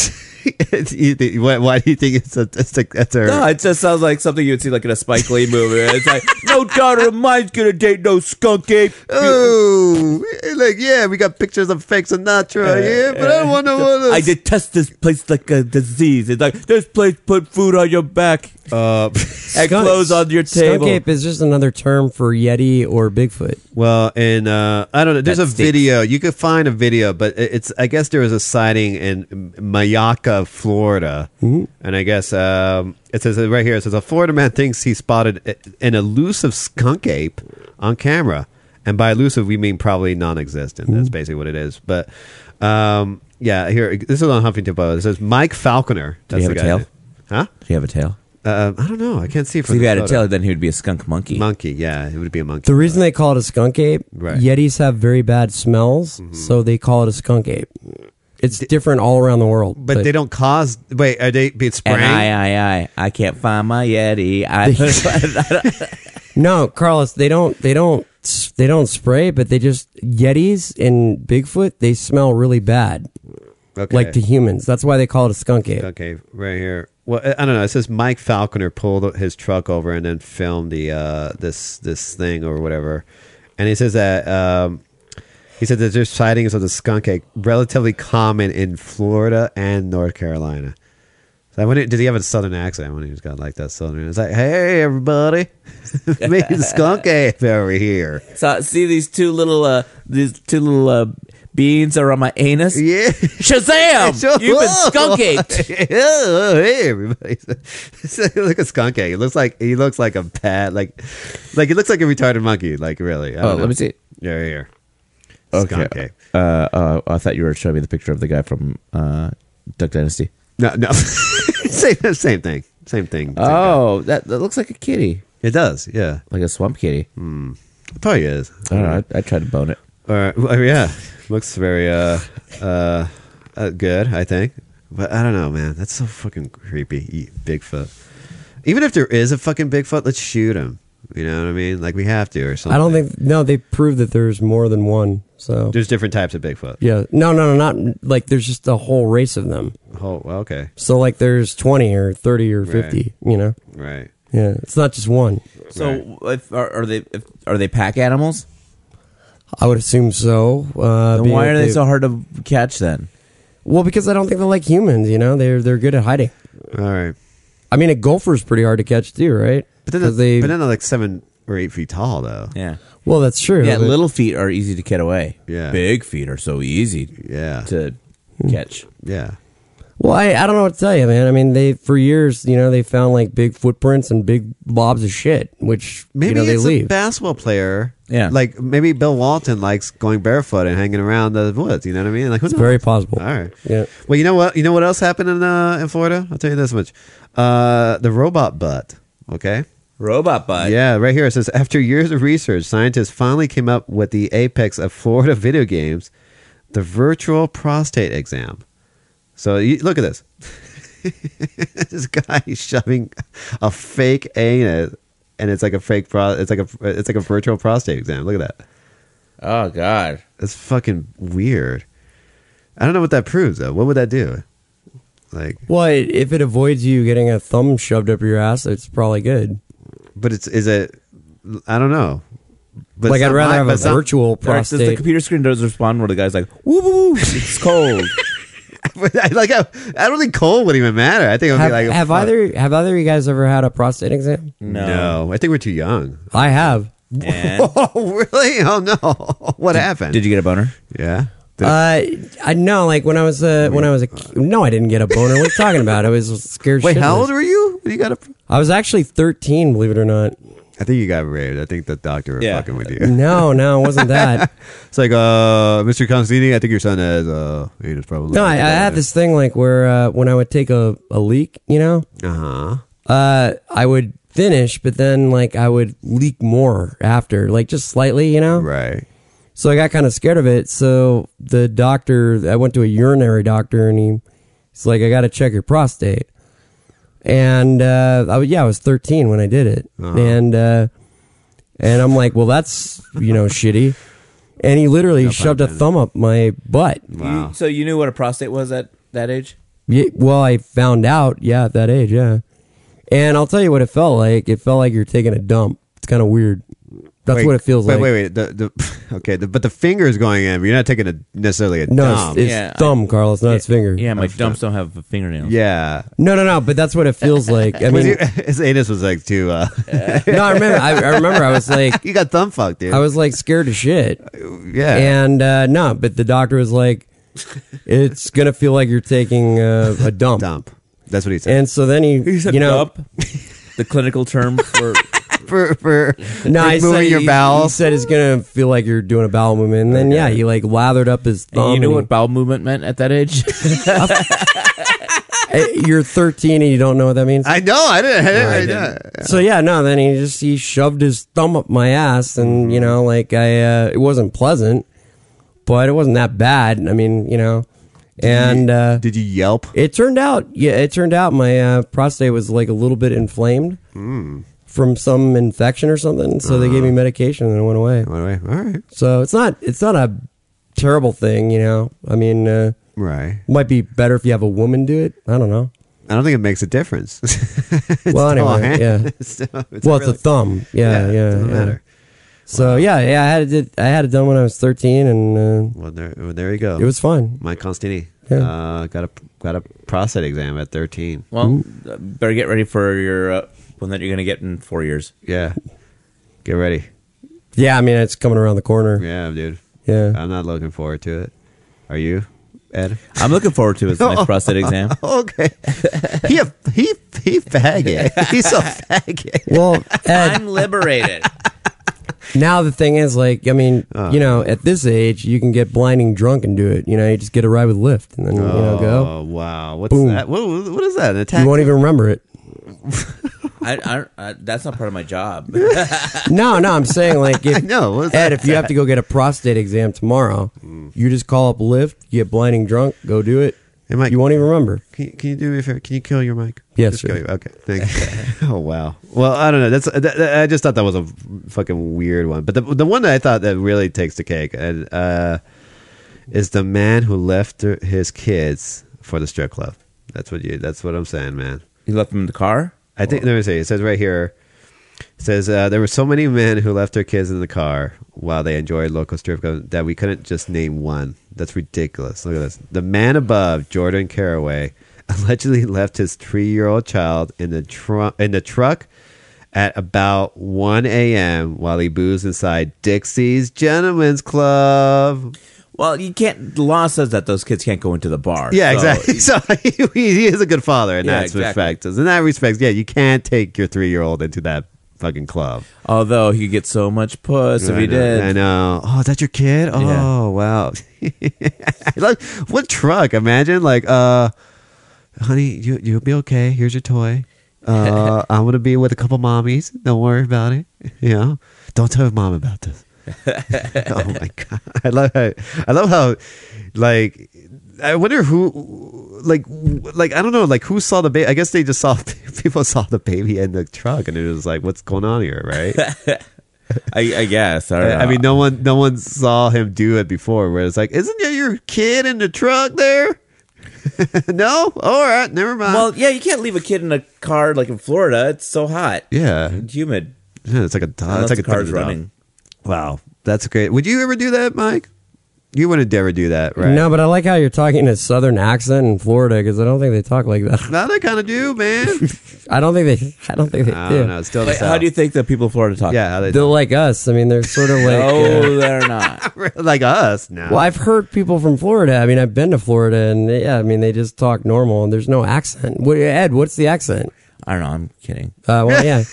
<laughs> it's- you think- why, why do you think it's a? It's a, it's a no, it just sounds like something you would see like in a Spike Lee movie. It's like, no daughter of mine's gonna date no skunk ape. oh, like yeah, we got pictures of fake Sinatra yeah, but <laughs> I don't want to. want to- I detest this place like a disease. It's like this place put food on your back Uh, <laughs> and Skunk- clothes on your table. Skunk ape is just another term for Yeti or Bigfoot. Well, and uh, I don't know. There's That a stinks. video. You could find a video, but it- it's. I guess there was a sighting in Mayaca, Florida, and I guess um, it says right here. It says a Florida man thinks he spotted a- an elusive skunk ape on camera, and by elusive we mean probably non-existent. That's basically what it is. But um, yeah, here this is on Huffington Post. It says Mike Falconer. Did he the have a guy. tail? Huh? Do you have a tail? Uh, I don't know. I can't see If from you the had a photo. tail, then he would be a skunk monkey. Monkey. Yeah, it would be a monkey. The reason they call it a skunk ape, Right. Yetis have very bad smells, so they call it a skunk ape. It's different all around the world. But they don't cause. Wait, are they being spraying? and I, I, I, I can't find my Yeti. <laughs> I, No, Carlos, they don't. They don't. They don't spray, but they just Yetis and Bigfoot. They smell really bad, okay. like to humans. That's why they call it a skunk ape. okay, right here. Well, I I don't know. It says Mike Falconer pulled his truck over and then filmed the uh, this this thing or whatever, and he says that um, he said that there's sightings of the skunk ape relatively common in Florida and North Carolina. So I wonder, did he have a southern accent when he was got like that southern? It's like, hey everybody, <laughs> me the skunk ape over here. so see these two little, uh, these two little uh, beans are on my anus. Yeah. <laughs> Shazam! Sure. You've been Whoa. <laughs> skunk aped. Oh, hey everybody! <laughs> Look at skunk ape. He looks like he looks like a bad like like he looks like a retarded monkey. Like really. I don't Oh, know. let me see. Yeah, right here. Skunk ape. Uh, uh, I thought you were showing me the picture of the guy from uh, Duck Dynasty. No, no. <laughs> same, same thing. Same thing. Same guy. Oh, that, that looks like a kitty, it does. Yeah, like a swamp kitty. it probably is. I don't know. I, I tried to bone it. <laughs> All right. Well, yeah, looks very uh, uh, uh, good. I think. But I don't know, man. That's so fucking creepy. Ye- Bigfoot. Even if there is a fucking Bigfoot, let's shoot him. You know what I mean? Like we have to or something. I don't think no. They proved that there's more than one. So there's different types of Bigfoot. yeah, no, no, no, not like there's just a whole race of them. Oh, well, okay, So like there's twenty or thirty or fifty. You know, right. yeah, it's not just one. So if, are, are they if, are they pack animals? I would assume so. Uh, Then being why that are they so hard to catch then? Well, because I don't think they like humans. You know, they're they're good at hiding. All right. I mean, a gopher's pretty hard to catch too, right? But then, 'Cause they, but then they're like seven or eight feet tall, though. Yeah. well, that's true. Yeah, but- little feet are easy to get away. Yeah. Big feet are so easy Yeah. to catch. Yeah. Well, I, I don't know what to tell you, man. I mean, they for years, you know, they found like big footprints and big blobs of shit, which Maybe you know they it's a leave. basketball player. Yeah. Like maybe Bill Walton likes going barefoot and hanging around the woods. You know what I mean? Like who it's knows? very possible. All right. Yeah. Well, you know what? You know what else happened in uh, in Florida? I'll tell you this much. Uh, the robot butt. Okay. Robot butt. Yeah, right here it says after years of research, scientists finally came up with the apex of Florida video games, the virtual prostate exam. So you, look at this. <laughs> this guy is shoving a fake anus, and it's like a fake pro. It's like a it's like a virtual prostate exam. Look at that. Oh God. That's fucking weird. I don't know what that proves though. What would that do? Like, Well, it, if it avoids you getting a thumb shoved up your ass, it's probably good. but it's is it? I don't know. But like it's I'd not rather my- have but a it's not- virtual All right, does the prostate. computer screen does respond where the guy's like, woo woo, woo, it's cold. <laughs> like I, I don't think cold would even matter. I think I'd have, be like, have fuck. Mm. either have either of you guys ever had a prostate exam? No. I think we're too young. I have. And <laughs> Oh, really? Oh no! <laughs> What happened? <laughs> did you get a boner? Yeah. Did- Uh, I know. Like when I was a when I was a ki- no, I didn't get a boner. What are you talking about? I was scared. Wait, how shitless. old were you? when You got a? I was actually thirteen. Believe it <laughs> or not. I think you got raped. I think the doctor was Yeah. fucking with you. <laughs> No, no, it wasn't that. It's like, uh, Mr. Constantini, I think your son has uh, anus problem. No, I, I had this thing like where uh, when I would take a, a leak, you know, Uh huh. uh, I would finish, but then like I would leak more after, like just slightly, you know. Right. So I got kind of scared of it. So the doctor, I went to a urinary doctor, and he, he's like, "I got to check your prostate." And uh, I was yeah, I was 13 when I did it, Uh-huh. and uh, and I'm like, well, that's you know shitty. And he literally shoved a thumb up my butt. Wow. You- so you knew what a prostate was at that age? Yeah, well, I found out, yeah, at that age, yeah. And I'll tell you what it felt like. It felt like you're taking a dump. It's kind of weird. That's Wait, what it feels wait, like. Wait, wait, The, <laughs> the, okay, the, but the finger's going in. But you're not taking a necessarily a No, dump. it's, it's Yeah, I- thumb, Carl. It's not his finger. Yeah, my dumps don't have fingernails. yeah. No, no, no. But that's what it <laughs> feels like. I Was mean, he- his anus was like too. Uh, <laughs> no, I remember. I, I remember. I was like, you got thumb fucked, dude. I was like scared to shit. yeah. And uh, no, but the doctor was like, it's gonna feel like you're taking a, a dump. dump. That's what <laughs> he said. And so then he, you know, <laughs> the clinical term for for for <laughs> No, I removing said, your he- He bowels. said it's gonna feel like you're doing a bowel movement, and then yeah, he like lathered up his thumb. you knew and what bowel movement meant at that <laughs> age? he- Eh, you're 13 and you don't know what that means. I know. I didn't. I didn't, I didn't. so yeah, no. Then he just he shoved his thumb up my ass, and Mm-hmm. you know, like I, uh, it wasn't pleasant, but it wasn't that bad. I mean, you know, and uh, Did you yelp? it turned out, yeah, it turned out my uh, prostate was like a little bit inflamed. Mm. From some infection or something, so they gave Uh-huh. me medication and it went away. All right. All right. So it's not it's not a terrible thing, you know. I mean, uh, Right. might be better if you have a woman do it. I don't know. I don't think it makes a difference. <laughs> It's well, still a anyway, hand. yeah. <laughs> It's still- it's well, really- it's a thumb. Yeah, yeah, it yeah. doesn't matter. So yeah, yeah. I had it. did- I had it done when I was thirteen, and uh, Well, there, well, there you go. it was fine. Mike Constantini. Yeah. Uh, got a got a prostate exam at thirteen. well, uh, better get ready for your uh, one that you're going to get in four years. Yeah. Get ready. Yeah, I mean, it's coming around the corner. Yeah, dude. Yeah. I'm not looking forward to it. Are you, Ed? I'm looking forward to his next <laughs> prostate exam. Okay. he a, he he <laughs> faggot. He's a faggot. <laughs> Well, Ed, I'm liberated. <laughs> now the thing is, like, I mean, Uh. you know, at this age, you can get blinding drunk and do it. You know, you just get a ride with Lyft, and then you know, go. Oh wow! What's Boom. that? What, what is that? An attack? You won't even remember it. I, I, I, that's not part of my <laughs> job. No, no, I'm saying like <laughs> if, know, what Mm. is Ed, if you have to go get a prostate exam tomorrow, you just call up Lyft, get blinding drunk, go do it, Hey, Mike, You won't even remember. Can you, can you do me a favor? Can you kill your mic? Yes, Just sir. kill your- okay, thanks. <laughs> oh wow. Well, I don't know. That's that, that- I just thought that was a fucking weird one, but the the one that I thought that really takes the cake and, uh, is the man who left her- his kids for the strip club. That's what you. That's what I'm saying, man. He left them in the car. I think. Let me see. It says right here. It says uh, there were so many men who left their kids in the car while they enjoyed local strip clubs that we couldn't just name one. That's ridiculous. Look at this. The man above, Jordan Caraway, <laughs> allegedly left his three-year-old child in the trunk in the truck at about 1 a.m. while he boozed inside Dixie's Gentlemen's Club. Well, you can't. The law says that those kids can't go into the bar. Yeah, so- exactly. <laughs> So he, he is a good father in Yeah, that exactly. respect. In that respect, yeah, you can't take your three-year-old into that fucking club. Although he could get so much puss if I he know, did. I know. Oh, is that your kid? Oh, Yeah. wow. <laughs> like what truck? Imagine like, uh, honey, you you'll be okay. Here's your toy. <laughs> Uh, I'm gonna be with a couple mommies. Don't worry about it. <laughs> You know, don't tell your mom about <laughs> this. oh my god, I love how, I love how, like, I wonder who, like, like I don't know, like who saw the baby. I guess they just saw <laughs> people saw the baby in the truck, and it was like, what's going on here, right? I, I guess. I, don't I know. mean, no one, no one saw him do it before. Where it's like, isn't there your kid in the truck there? <laughs> no, all right, never mind. Well, yeah, you can't leave a kid in a car like in Florida. It's so hot yeah, and humid. Yeah, it's like a, dog. Unless it's like a the car's thunderdog. running. Wow, that's great. Would you ever do that, Mike? You wouldn't ever do that, right? No, but I like how you're talking in a southern accent in Florida because I don't think they talk like that. now they kind of do, <laughs> man. I don't think they. I don't think they I do. don't know. It's still the Wait, how South. do you think the people of Florida talk? Yeah, how they They're like us. I mean, they're <laughs> sort of like. uh, No, they're not. like us now. well, I've heard people from Florida. I mean, I've been to Florida, and they- yeah, I mean, they just talk normal, and there's no accent. What, Ed, what's the accent? I don't know. I'm kidding. Uh, <laughs> well, yeah.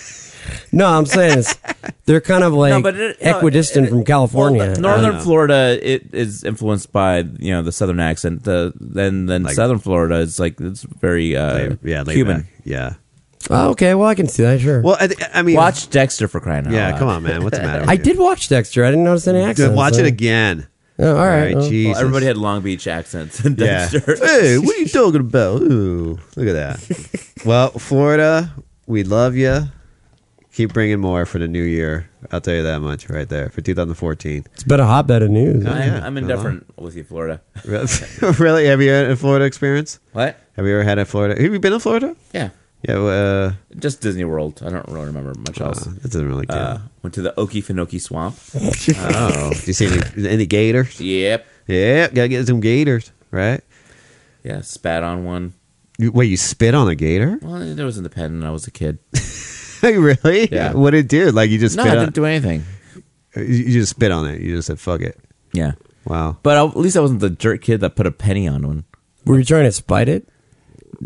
No, I'm saying it's, they're kind of like No, but it- no, equidistant it- from California. Well, Uh, Northern know. Florida it is influenced by you know the Southern accent. The then then Like- Southern Florida is like it's very uh, They- yeah, laid Cuban. back. Yeah. oh, okay, well, I can see that. Sure. Well, I, th- I mean, Watch Dexter for crying out loud. Yeah, come on, man. <laughs> What's the matter? With I you? did watch Dexter. I didn't notice any Dude, accents. watch so- it again. Oh, all right. well. Jesus. Well, everybody had Long Beach accents in Dexter. <laughs> <laughs> Hey, what are you talking about? Ooh, look at that. well, Florida, we love you. Keep bringing more for the new year. I'll tell you that much right there for 2014. It's been a hotbed of news. Oh, Yeah. I'm, I'm Hello. indifferent with you, Florida. <laughs> really? Have you had a Florida experience? What? Have you ever had a Florida? Have you been in Florida? Yeah, Yeah. well, Uh, just Disney World. I don't really remember much oh, else. that doesn't really Uh, count. went to the <laughs> Okefenokee Swamp. <laughs> oh, do you see any, any gators? Yep. Yeah, gotta get some gators, right? Yeah, spat on one. You, wait, you spit on a gator? <laughs> Well, it was in the pen, and I was a kid. really? Yeah. What did it do? Like you just no, spit I on? didn't do anything. you you just spit on it. You just said fuck it. Yeah, Wow. but I, at least I wasn't the jerk kid that put a penny on one. Were you trying to spite it?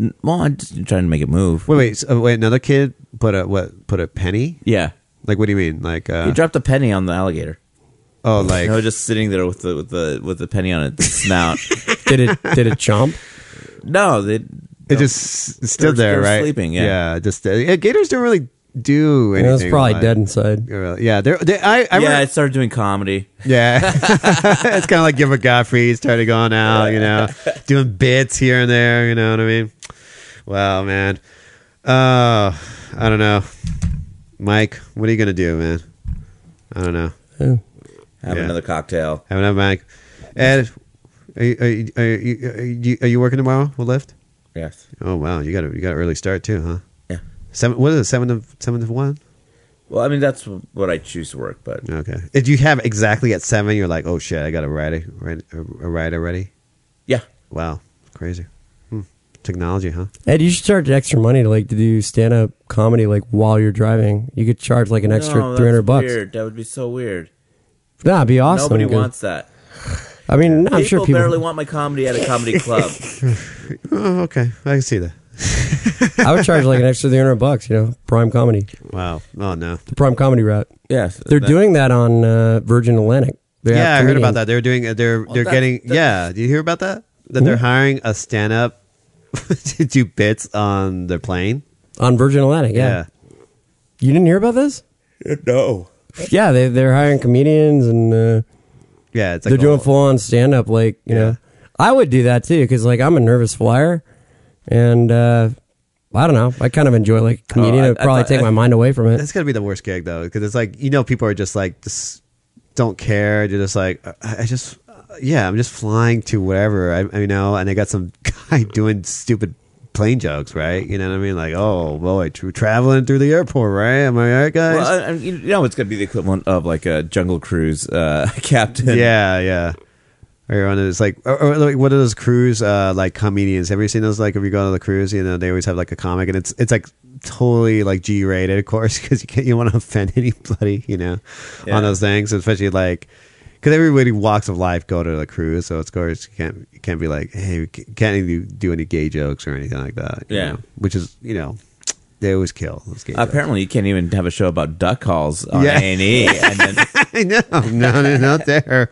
N- Well, I'm just trying to make it move. Wait, wait, so, wait. Another kid put a what? Put a penny? Yeah, Like what do you mean? Like uh, he dropped a penny on the alligator. oh, like And I was just sitting there with the with the with the penny on its <laughs> snout. Did it? did it chomp? no, they it just s- stood they were- there, they were right? sleeping, yeah. just uh, yeah, gators don't really do It anything. was probably like- dead inside. You're right. Yeah, they're, they, I, I yeah, I remember- started doing comedy. yeah. <laughs> <laughs> it's kind of like Gilbert Godfrey started going out, you <laughs> know, doing bits here and there. You know what I mean? Wow, man. Uh, I don't know, Mike. What are you gonna do, man? I don't know. Have Yeah. another cocktail. Have another mic. Ed, are you, are you, are you, are you, are you working tomorrow with Lyft? Yes. Oh wow, you got a you got an early start too, huh? Yeah. Seven. What is it? Seven to seven to one. Well, I mean that's what I choose to work, but Okay. If you have exactly at seven, you're like, oh shit, I got a ride, ride a ride already. yeah. Wow, crazy. Hmm. Technology, huh? Ed, you should charge extra money to like to do stand up comedy like while you're driving. You could charge like an extra No, that's three hundred bucks. Weird. That would be so weird. Nah, it'd be awesome. Nobody 'cause- wants that. I mean, no, I'm sure people. <laughs> barely want my comedy at a comedy club. Oh, okay, I can see that. I would charge like an extra three hundred bucks. You know, prime comedy, Wow. Oh no. the prime comedy route. yes, They're doing that on uh, Virgin Atlantic. They have yeah, I heard about comedians. that. They're doing. uh, They're they're that- getting. that- yeah. Do you hear about that? That they're hiring a stand up <laughs> to do bits on their plane. on Virgin Atlantic. Yeah. you didn't hear about this? no. Yeah, they they're hiring comedians and uh, Yeah. It's like they're doing all- full on stand up. Like you Yeah. know, I would do that too because like I'm a nervous flyer, and uh, I don't know. I kind of enjoy like Oh, comedian. I- it would I probably thought- take my mind away from it. That's got to be the worst gig though, because it's like you know people are just like just don't care. They're just like I, I just yeah, I'm just flying to wherever I, I- you know, and they got some <laughs> guy doing stupid plane jokes, right? You know what I mean? Like oh boy, tr- traveling through the airport, right? Am I right, guys? Well, I, I, you know, it's going to be the equivalent of like a Jungle Cruise uh, <laughs> captain. <laughs> <laughs> yeah, yeah. Or on those like, or, or like what are those cruise uh, like comedians? Have you seen those? Like, if you go on the cruise, you know they always have like a comic, and it's it's like totally like G rated, of course, <laughs> because you can't you want to offend <laughs> anybody, you know, Yeah. on those things, especially like because everybody walks of life go to the cruise, so of course you can't you can't be like, hey, we ca- can't even do any gay jokes or anything like that, you Yeah. know? which is you know they always kill those gay jokes. Apparently, you can't even have a show about duck calls on Yeah. A&E. And then, <laughs> I know. No, no, <laughs> not there.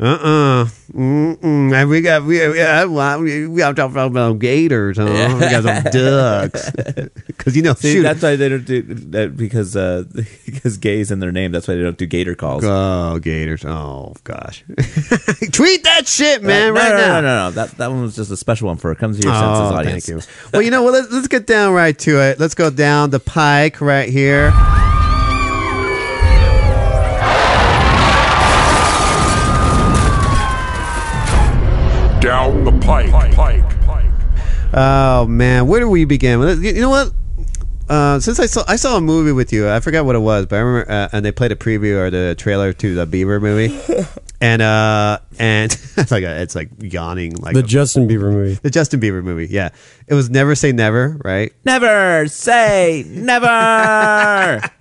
Uh-uh. Mm-mm. And we got we we uh, we we have talking about gators, huh? We got <laughs> some ducks. <laughs> Because you know, see, shoot. that's why they don't do that because uh, <laughs> because gays in their name. That's why they don't do gator calls. <laughs> oh, gators. Oh gosh. <laughs> Tweet that shit, man, no, right no, now. no, no, no. That that one was just a special one for comes to your senses Oh, audience. thank you. Well, you know what? Let's, let's get down right to it. Let's go down the pike right here. Down the pike. pike, pike. Oh man, where do we begin? Well, You you know what? Uh, since I saw I saw a movie with you, I forgot what it was, but I remember, uh, and they played a preview or the trailer to the Bieber movie, and uh, and <laughs> it's like a, it's like yawning like The a- Justin Bieber movie. the Justin Bieber movie. Yeah, it was Never Say Never, right? Never say never. <laughs>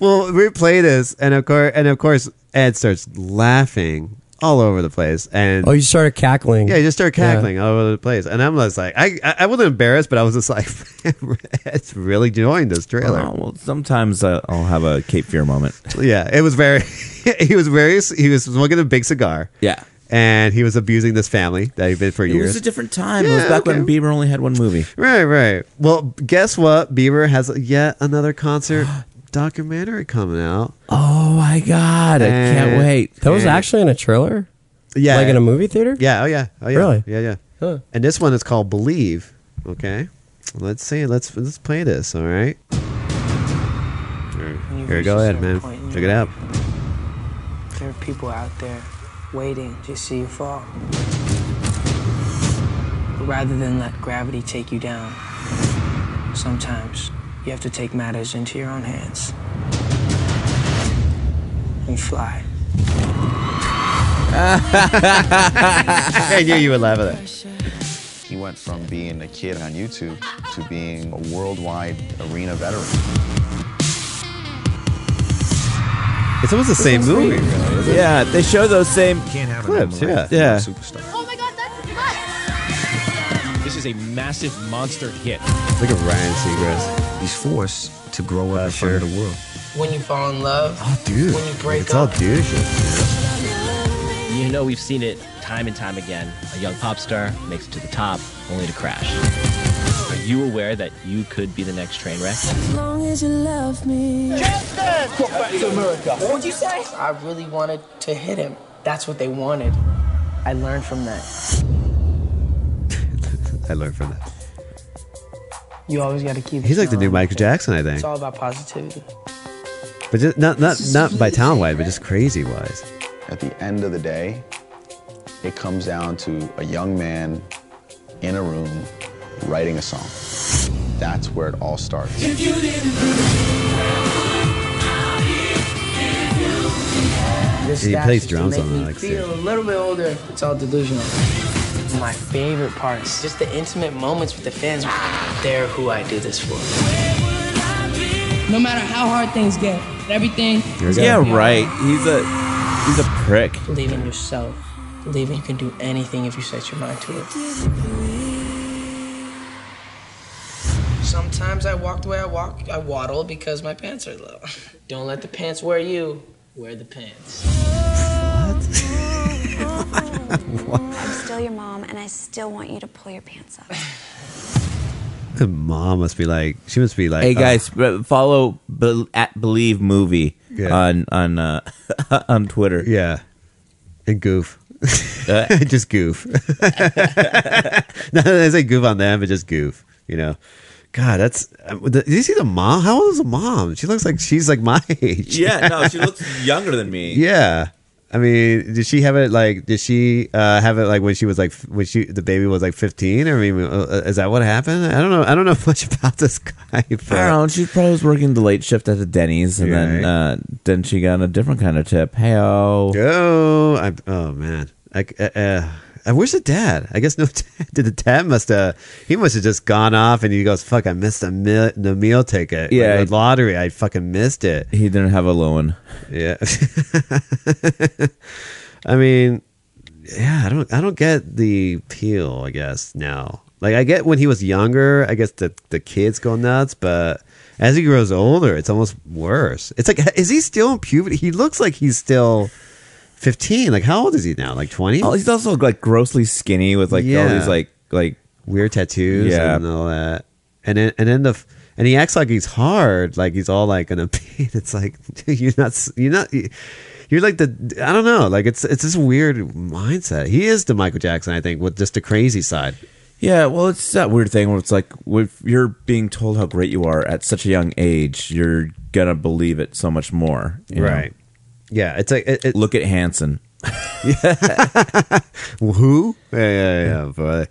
Well, we play this, and of course, and of course, Ed starts laughing all over the place, and Oh, you started cackling. Yeah, you just start cackling all over the place, and I'm just like, I, I, I wasn't embarrassed, but I was just like, <laughs> it's really enjoying this trailer. Oh, well, sometimes uh, I'll have a Cape Fear moment. Yeah, it was very. <laughs> he was very. He was smoking a big cigar. <laughs> Yeah. and he was abusing this family that he'd been for It was years. a different time. it Yeah, was back when okay. Bieber only had one movie. right, right. Well, guess what? Bieber has yet another <gasps> concert documentary coming out. Oh my god! I can't And- wait. that was actually in a trailer. Yeah, like in a movie theater. Yeah, oh yeah, oh yeah, Really? yeah, yeah. Huh. And this one is called Believe. Okay, let's see. Let's let's play this. All right. Here, here go ahead, man. Check it out. There are people out there waiting to see you fall. Rather than let gravity take you down, sometimes you have to take matters into your own hands and fly. I knew you would laugh at that. <laughs> He went from being a kid on YouTube to being a worldwide arena veteran. It's almost the same movie. Really. Yeah, they show those same. Clips, yeah. Yeah, Oh my god, that's nuts! This is a massive monster hit. Look at Ryan Seacrest. Ah, He's forced to grow up in front of the world. When you fall in love, Oh, dude. When you break it's all up. dude shit. You know, we've seen it time and time again. A young pop star makes it to the top only to crash. Are you aware that you could be the next train wreck? I really wanted to hit him. That's what they wanted. I learned from that. I learned from that. You always got to keep. He's like the new Michael. Michael Jackson, I It's think. all about positivity. But just, not not not by talent wise, but just crazy wise. At the end of the day, it comes down to a young man in a room writing a song. That's where it all starts. This He stat plays used to drums make on that, me like, feel a little bit older. It's all delusional. My favorite parts, just the intimate moments with the fans. They're who I do this for. No matter how hard things get, everything yeah, right. He's a he's a prick. Believe in yourself. Believe in you can do anything if you set your mind to it. Sometimes I walk the way I walk. I waddle because my pants are low. <laughs> Don't let the pants wear you. Wear the pants. I'm still your mom, and I still want you to pull your pants up. His mom must be like, she must be like, Hey oh, guys, b- follow Bel at Believe Movie Yeah. <laughs> on on uh, on Twitter. yeah, and goof. Uh. <laughs> just goof. Not that I say goof on them, but just goof. You know, God, that's. um, the- Did you see the mom? How old is the mom? She looks like she's like my <laughs> age. yeah, no, she looks younger than <laughs> me. Yeah. I mean, did she have it like? Did she uh, have it like when she was like f- when she the baby was like fifteen? Or I mean, uh, is that what happened? I don't know. I don't know <laughs> much about this guy. But I don't know. She probably was working the late shift at the Denny's, and then Right. uh, then she got a different kind of tip. Hey, oh, Oh, I, oh man. I, uh, uh, I where's the dad? I guess no <laughs> dad. Did the dad must uh he must have just gone off and he goes, "Fuck, I missed the meal, the meal ticket. Yeah, Like, he- the lottery. I fucking missed it." he didn't have a loan. Yeah. <laughs> I mean, yeah, I don't I don't get the appeal, I guess, now. Like I get when he was younger, I guess the the kids go nuts, but as he grows older, it's almost worse. It's like is he still in puberty? He looks like he's still 15. Like how old is he now? Like 20? Oh, he's also like grossly skinny with like all Yeah. these like like weird tattoos Yeah. and all that. And then and then the f- and he acts like he's hard, like he's all like <laughs> gonna be. It's like dude, you're not s- you're not you're like the I don't know, like it's it's this weird mindset. He is the Michael Jackson, I think, with just the crazy side. Yeah, well, it's that weird thing where it's like if you're being told how great you are at such a young age, you're gonna believe it so much more, you know? Right. Yeah, it's like it, it, Look at Hanson. who? Yeah, yeah, yeah, boy.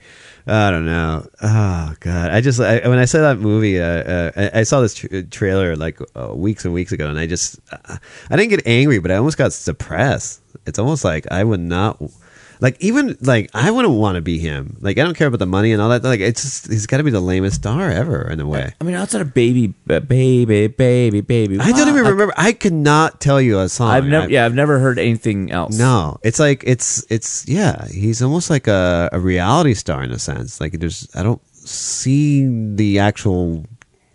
I don't know. Oh god, I just I, when I saw that movie, uh, uh, I, I saw this tr- trailer like uh, weeks and weeks ago, and I just uh, I didn't get angry, but I almost got suppressed. It's almost like I would not like even like I wouldn't want to be him. Like I don't care about the money and all that. Like it's just, he's got to be the lamest star ever in a way. I mean, outside of baby, uh, baby, baby, baby. I don't even Wow. remember. I could not tell you a song. I've never, I- yeah, I've never heard anything else. No, it's like it's it's yeah. He's almost like a, a reality star in a sense. Like there's I don't see the actual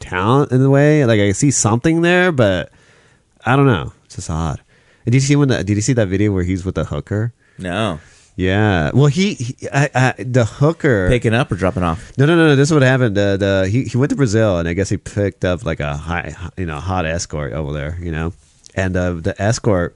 talent in the way. Like I see something there, but I don't know. It's just odd. And did you see when the, did you see that video where he's with the hooker? no, Yeah. Well, he, he I, I, the hooker picking up or dropping off. no, no, no, no. This is what happened. Uh, the he he went to Brazil, and I guess he picked up like a high, you know, hot escort over there, you know, and uh, the escort,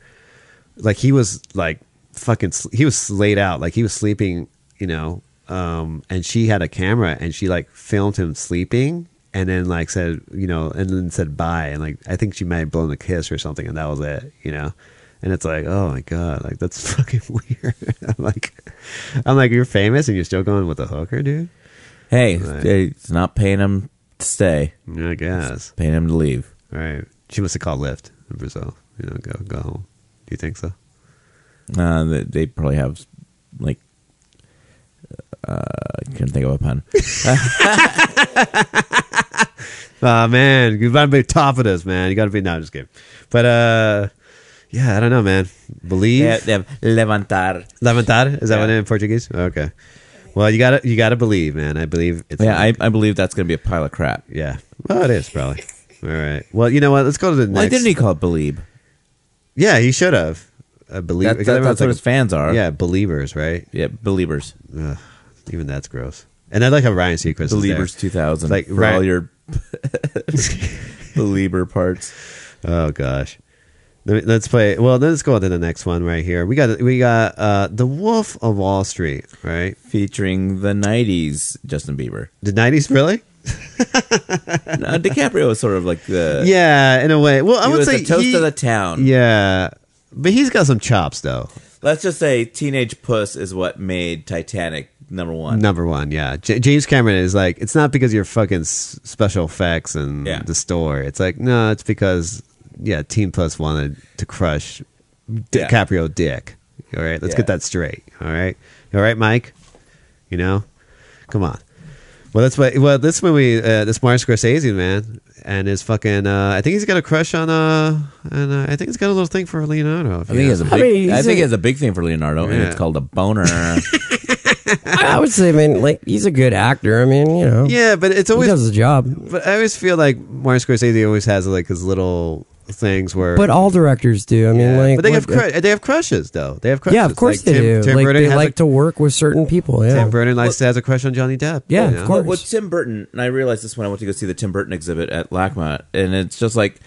like he was like fucking, sl- he was laid out, like he was sleeping, you know, um, and she had a camera, and she like filmed him sleeping, and then like said, you know, and then said bye, and like I think she might have blown a kiss or something, and that was it, you know. And it's like, oh my god, like that's <laughs> fucking weird. I'm like, I'm like, you're famous and you're still going with a hooker, dude. Hey, Right. hey, it's not paying him to stay, I guess. paying him to leave. Right. She must have called Lyft in Brazil. You know, go go home. Do you think so? Uh, they, they probably have like uh, I can't think of a pun. Ah man, you gotta be top of this, man. You gotta be no, I'm just kidding. But uh yeah, I don't know, man. Believe they, have, they have levantar. Levantar? Is that Yeah. what it is in Portuguese? Okay. Well you gotta you gotta believe, man. I believe it's Yeah, I, I believe that's going to be a pile of crap. Yeah. Well it is probably. All right. Well, you know what? Let's go to the next Why didn't he call it Believe? Yeah, he should have. I believe That, that, that's everyone's what like- his fans are. Yeah, believers, right? yeah, Believers. Ugh, even that's gross. And I like how Ryan Seacrest is there. Believers 2000. Like, Like, for right- all <laughs> your Belieber parts. Oh gosh. Let me- Let's play. Well, let's go on to the next one right here. We got we got uh, the Wolf of Wall Street, right? Featuring the 90s Justin Bieber. The nineties, <laughs> really? No, DiCaprio was sort of like the. Yeah, in a way. Well, I he would was say the toast he- of the town. Yeah, but he's got some chops though. Let's just say Teenage Puss is what made Titanic number one. Number one, yeah. J- James Cameron is like, it's not because you're fucking s- special effects and Yeah. the store. It's like, no, it's because yeah, Team Plus wanted to crush Yeah. DiCaprio dick. All right, let's Yeah. get that straight. All right, all right, Mike. You know, come on. Well, that's what. Well, this movie, uh, this Martin Scorsese man, and his fucking. Uh, I think he's got a crush on. Uh, and uh, I think he's got a little thing for Leonardo. if I you think he has a I big. I, mean, he's think a- he has a big thing for Leonardo, and Yeah. it's called a boner. I would say, man, like he's a good actor. I mean, you know, know. yeah, but it's he always. does his job. But I always feel like Martin Scorsese always has like his little things where. But all directors do. I mean, like, but they have what- cru- they have crushes though. They have crushes. yeah, of course Like, they Tim- do. Tim like Burton they has like a, to work with certain people. Yeah, Tim Burton likes to has a crush on Johnny Depp. Yeah, you of know? course. Well, with Tim Burton, and I realized this when I went to go see the Tim Burton exhibit at LACMA, and it's just like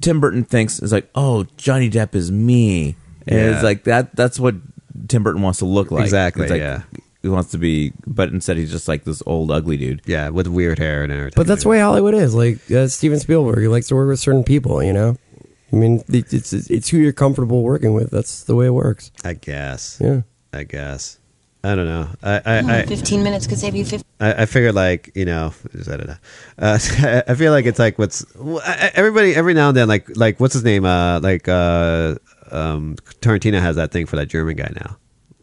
Tim Burton thinks is like, oh, Johnny Depp is me, and Yeah. it's like that. That's what Tim Burton wants to look like. Exactly, It's like, yeah. He wants to be, but instead he's just like this old ugly dude. Yeah, with weird hair and everything. But that's the way Hollywood is. Like uh, Steven Spielberg, he likes to work with certain people. You know, I mean, it- it's it's who you're comfortable working with. That's the way it works. I guess. Yeah. I guess. I don't know. I I, I, Fifteen minutes could save you fifteen. I, I figure like you know I don't know. Uh, <laughs> I feel like it's like what's wh- everybody every now and then like like what's his name uh like uh um Tarantino has that thing for that German guy now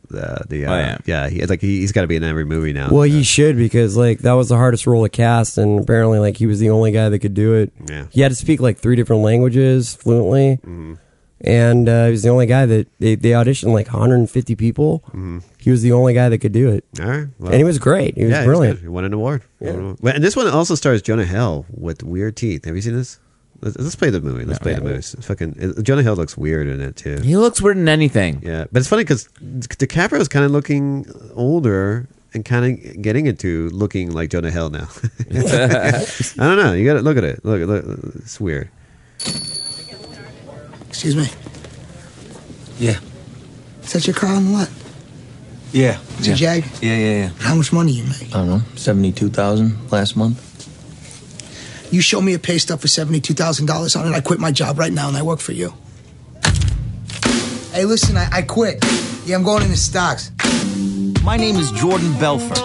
the the uh, Oh, yeah. yeah he, it's like he, he's got to be in every movie now Well, he should because like that was the hardest role to cast, and apparently like he was the only guy that could do it. Yeah. he had to speak like three different languages fluently, Mm-hmm. and uh, he was the only guy that they, they auditioned like 150 people. Mhm. He was the only guy that could do it. all right well. and he was great. He was Yeah, brilliant. good. he won an award Well, and this one also stars Jonah Hill with weird teeth have you seen this let's, let's play the movie let's play the movie It's fucking Jonah Hill looks weird in it too He looks weird in anything. Yeah, but it's funny because DiCaprio is kind of looking older and kind of getting into looking like Jonah Hill now. <laughs> I don't know. You got to look at it. Look, look, it's weird. Excuse me. Yeah. Is that your car on the lot? Yeah. It's a Jag? Yeah, yeah, yeah. How much money you make? I don't know, 72,000 last month. You show me a pay stub for seventy-two thousand dollars on it, I quit my job right now and I work for you. Hey, listen, I, I quit. Yeah, I'm going into stocks. My name is Jordan Belfort.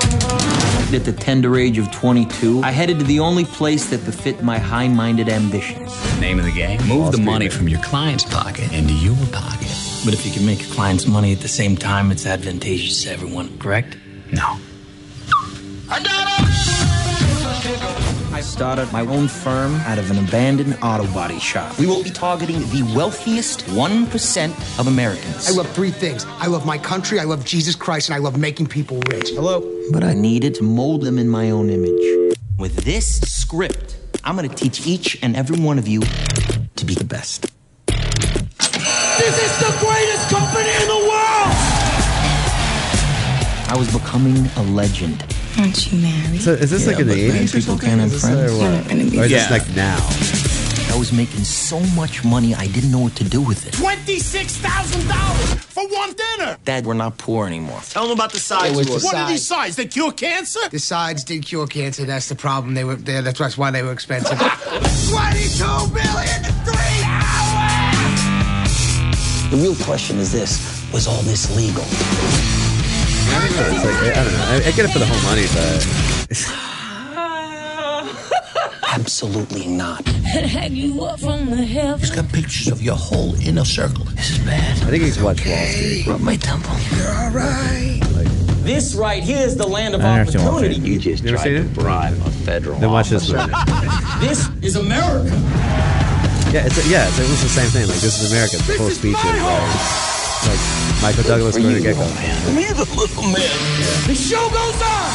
At the tender age of 22, I headed to the only place that befit my high minded ambitions. Name of the game? Move the money from your client's pocket into your pocket. But if you can make your clients money at the same time, it's advantageous to everyone, correct? No. I started my own firm out of an abandoned auto body shop. We will be targeting the wealthiest 1% of Americans. I love three things. I love my country, I love Jesus Christ, and I love making people rich. Hello? but I needed to mold them in my own image. With this script, I'm going to teach each and every one of you to be the best. This is the greatest company in the world! I was becoming a legend. Aren't you married? So is this Yeah, like in but the then eighties or people something? can have Is this, uh, friends. what? You're not gonna be Or is this Yeah. like now? I was making so much money, I didn't know what to do with it. $26,000 for one dinner! Dad, we're not poor anymore. Tell them about the sides. It was the what are sides. these sides? They cure cancer? The sides did cure cancer. That's the problem. They were there. That's that's why they were expensive. 22 million in three hours! The real question is this was all this legal? It's like, I don't know. I, I get it for the whole money, but Absolutely not. Hang you up from the hill. He's got pictures of your whole inner circle. This is bad. I think he's watched Wall Street. Rub my temple. You're all right. This right here is the land of I understand what opportunity. You just Never tried seen to it? bribe a federal Then watch this one. This is America. Yeah, it's yeah, it's, it was the same thing. Like this is America. The whole speech is like, like Michael Douglas going to get Me the little man. The show goes on.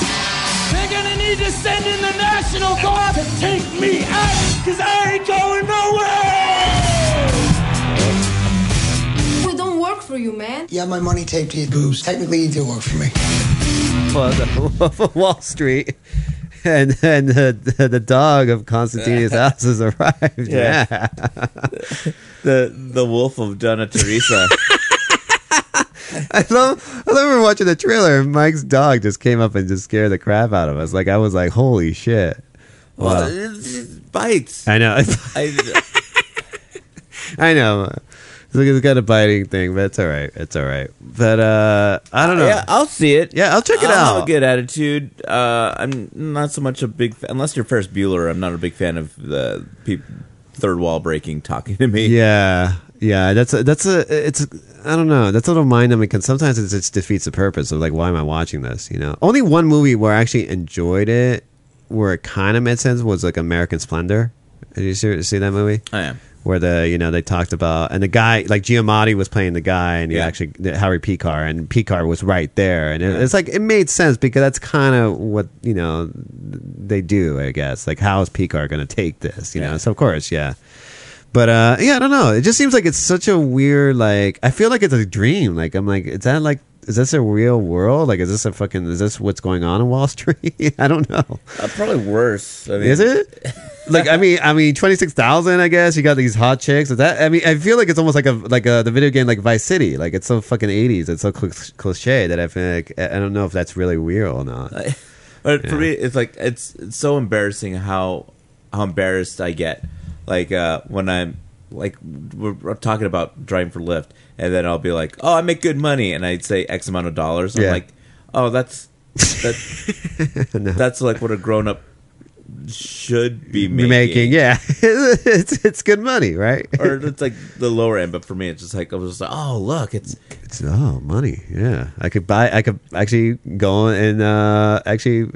They're gonna need to send in the National Guard to take me out, cause I ain't going nowhere! We don't work for you, man. you have my money taped to your boobs. Technically, you do work for me. Well, <laughs> Wall Street. And and the, the, the dog of <laughs> Constantine's house has arrived. Yeah. Yeah. <laughs> The the Wolf of Donna <laughs> Teresa. I love I love we were watching the trailer and Mike's dog just came up and just scared the crap out of us. Like I was like, holy shit. well, Wow. it, it bites. I know. <laughs> I, I know. It's like it's got a biting thing, but it's all right. It's all right. But uh I don't know. Yeah, I'll see it. Yeah, I'll check it I'll Have a out. good attitude. Uh, I'm not so much a big fa- unless you're Ferris Bueller. I'm not a big fan of the peop third wall breaking talking to me. Yeah, yeah. That's a, that's a it's I don't know. That's a little mind numbing because sometimes it just defeats the purpose of like why am I watching this? You know, only one movie where I actually enjoyed it, where it kind of made sense was like American Splendor. Did you see, see that movie? I am. Where the you know they talked about and the guy like Giamatti was playing the guy and he actually Harry Picar and Picar was right there and it, it's like it made sense because that's kind of what you know they do I guess like how is Picar going to take this you know so of course yeah but uh, yeah, I don't know. It just seems like it's such a weird like. I feel like it's a dream. Like I'm like, is that like, is this a real world? Like, is this a <laughs> fucking, is this what's going on in Wall Street? I don't know. Uh, probably worse. I mean, Is it? <laughs> like I mean, I mean, twenty six thousand. I guess you got these hot chicks. Is that I mean, I feel like it's almost like a like a, the video game like Vice City. Like it's so fucking eighties. It's so cl- cliche that I feel like I I don't know if that's really real or not. Uh, But for Yeah. me, it's like it's, it's so embarrassing how how embarrassed I get. Like uh, when I'm like we're, we're talking about driving for Lyft, and then I'll be like, "Oh, I make good money," and I'd say X amount of dollars. Yeah. I'm like, "Oh, that's <laughs> that, that's like what a grown up should be You're making." making yeah, <laughs> it's it's good money, right? or it's like the lower end, but for me, it's just like I was just like, "Oh, look, it's <laughs> It's oh money. Yeah, I could buy. I could actually go and uh, actually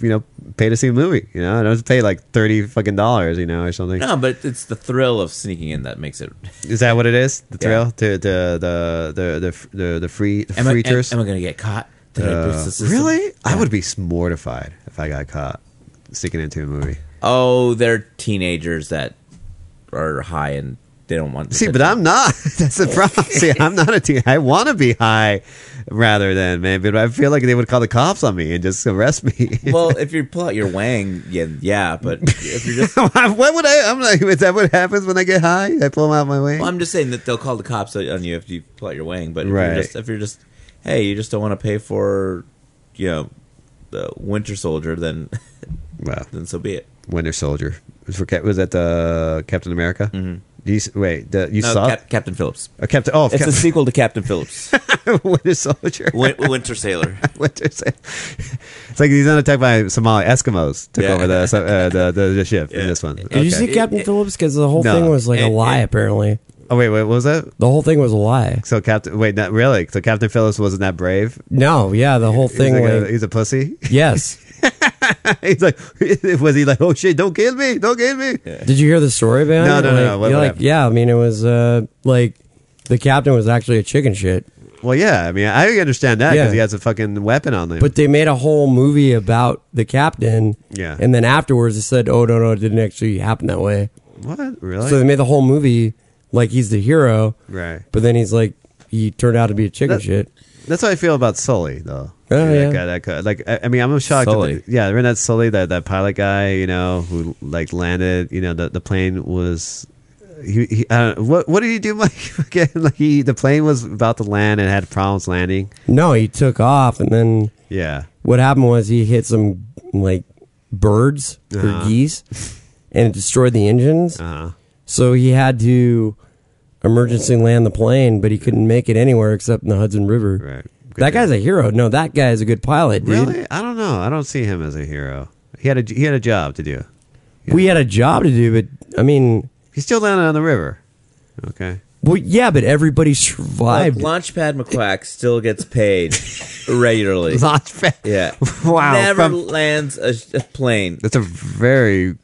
you know pay to see a movie. You know, I don't have to pay like thirty fucking dollars. You know, or something. no," but it's the thrill of sneaking in that makes it. Is that what it is? The Yeah. thrill, to the the the the the, the free the Am I, am, freeters? am I gonna get caught? Did I Uh, boost the system? really? I would be mortified if I got caught sticking into a movie. Oh, they're teenagers that are high and they don't want. See, but I'm not. <laughs> That's the problem. See, I'm not a teen. I want to be high rather than man. But I feel like they would call the cops on me and just arrest me. <laughs> well, if you pull out your wang, yeah, yeah. But if <laughs> you're just, what would I? I'm like, is that what happens when I get high? I pull them out my way. well, I'm just saying that they'll call the cops on you if you pull out your wang. But if Right. you're just, if you're just, hey, you just don't want to pay for, you know, the Winter Soldier, then, <laughs> well, then so be it. Winter Soldier was for Cap- was that the Captain America? Mm-hmm. You, s- wait, the, you No, saw Cap- Captain Phillips. Oh, Captain. Oh, it's Cap- a sequel to Captain Phillips, <laughs> Winter Soldier. <laughs> Win- Winter Sailor. <laughs> Winter Soldier. It's like he's not attacked by Somali Eskimos. Took Yeah. over the, so- uh, the, the the ship in this one. Did you see Captain Phillips? Because the whole No. thing was like a lie, apparently. Oh wait, wait, what was that? The whole thing was a lie. So Captain, wait, not really. So Captain Phillips wasn't that brave. No, yeah, the whole thing. he's, like Like, a, he's a pussy. <laughs> <laughs> yes. he's like, <laughs> was he like, oh shit, don't kill me, don't kill me? Did you hear the story about No, it? no, no, like, no. What- yeah, what like, happened? yeah, I mean, it was uh, like the captain was actually a chicken shit. Well, yeah, I mean, I understand that because Yeah. he has a fucking weapon on him. But they made a whole movie about the captain. Yeah. And then afterwards, they said, "Oh no, no, it didn't actually happen that way." what really? So they made the whole movie like he's the hero, Right. But then he's like, he turned out to be a chicken That- shit. That's how I feel about Sully, though. Oh, I mean, yeah. That guy, that guy, like, I, I mean, I'm shocked. that Sully. the- yeah, remember that Sully, that, that pilot guy, you know, who like landed, you know, the, the plane was. He, he, I don't, what what did he do, <laughs> Mike? Again, like he, the plane was about to land and had problems landing. No, he took off, and then Yeah. what happened was he hit some like birds Uh-huh. or geese, and it destroyed the engines. Uh-huh. So he had to emergency land the plane, but he couldn't make it anywhere except in the Hudson River. Right. that guy's a hero. No, that guy is a good pilot, dude. Really? I don't know. I don't see him as a hero. He had a he had a job to do. We had a job to do, but I mean, He still landed on the river. <laughs> Okay. well, yeah, but everybody survived. Launchpad McQuack still gets paid regularly. Launchpad. <laughs> Yeah. Wow, Never from- lands a, a plane. That's a very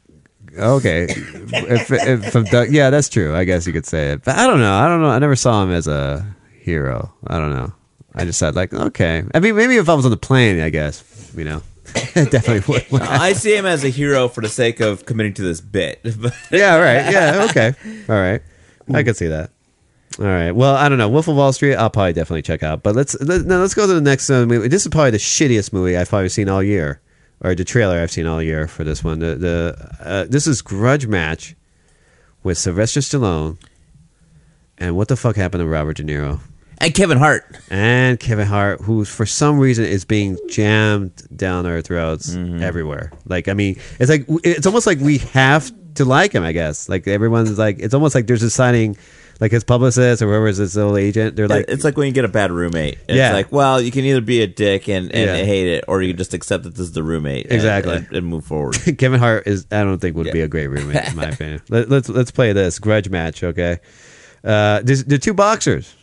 okay. if, if, from Doug, yeah, that's true. I guess you could say it, but I don't know. I don't know. I never saw him as a hero. I don't know. I just thought like, okay. I mean, maybe if I was on the plane, I guess you know, <laughs> it definitely would. No, I see him as a hero for the sake of committing to this bit. <laughs> But yeah, right. Yeah, okay. All right. I could see that. All right. Well, I don't know. Wolf of Wall Street. I'll probably definitely check out. But let's let, now let's go to the next uh, movie. This is probably the shittiest movie I've probably seen all year, or the trailer I've seen all year for this one. The the uh, this is Grudge Match with Sylvester Stallone, and what the fuck happened to Robert De Niro? and Kevin Hart. and Kevin Hart, who for some reason is being jammed down our throats everywhere. Like, I mean, it's like it's almost like we have to like him. I guess like everyone's like it's almost like they're deciding, like his publicist or whoever's his little agent. They're like, it's like when you get a bad roommate. It's Yeah. like, well, you can either be a dick and, and Yeah. hate it, or you just accept that this is the roommate. and- Exactly. And, and move forward. <laughs> Kevin Hart is I don't think would be a great roommate in my opinion. Let, let's let's play this grudge match, okay? Uh, there's, there are two boxers.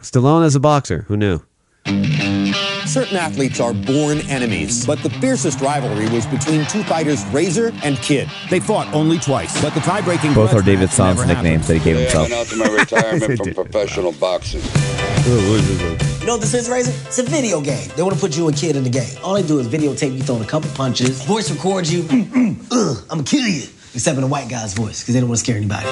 Stallone is a boxer. Who knew? Certain athletes are born enemies, but the fiercest rivalry was between two fighters, Razor and Kid. They fought only twice, but the tie-breaking Both are grudge David match Sans never nicknames that he gave himself. my retirement from professional boxing. You know what this is, Razor? It's a video game. They want to put you and kid in the game. All they do is videotape you throwing a couple punches, voice record you. <clears throat> "Mm, mm, ugh, I'm gonna kill you. Except in a white guy's voice, because they don't want to scare anybody.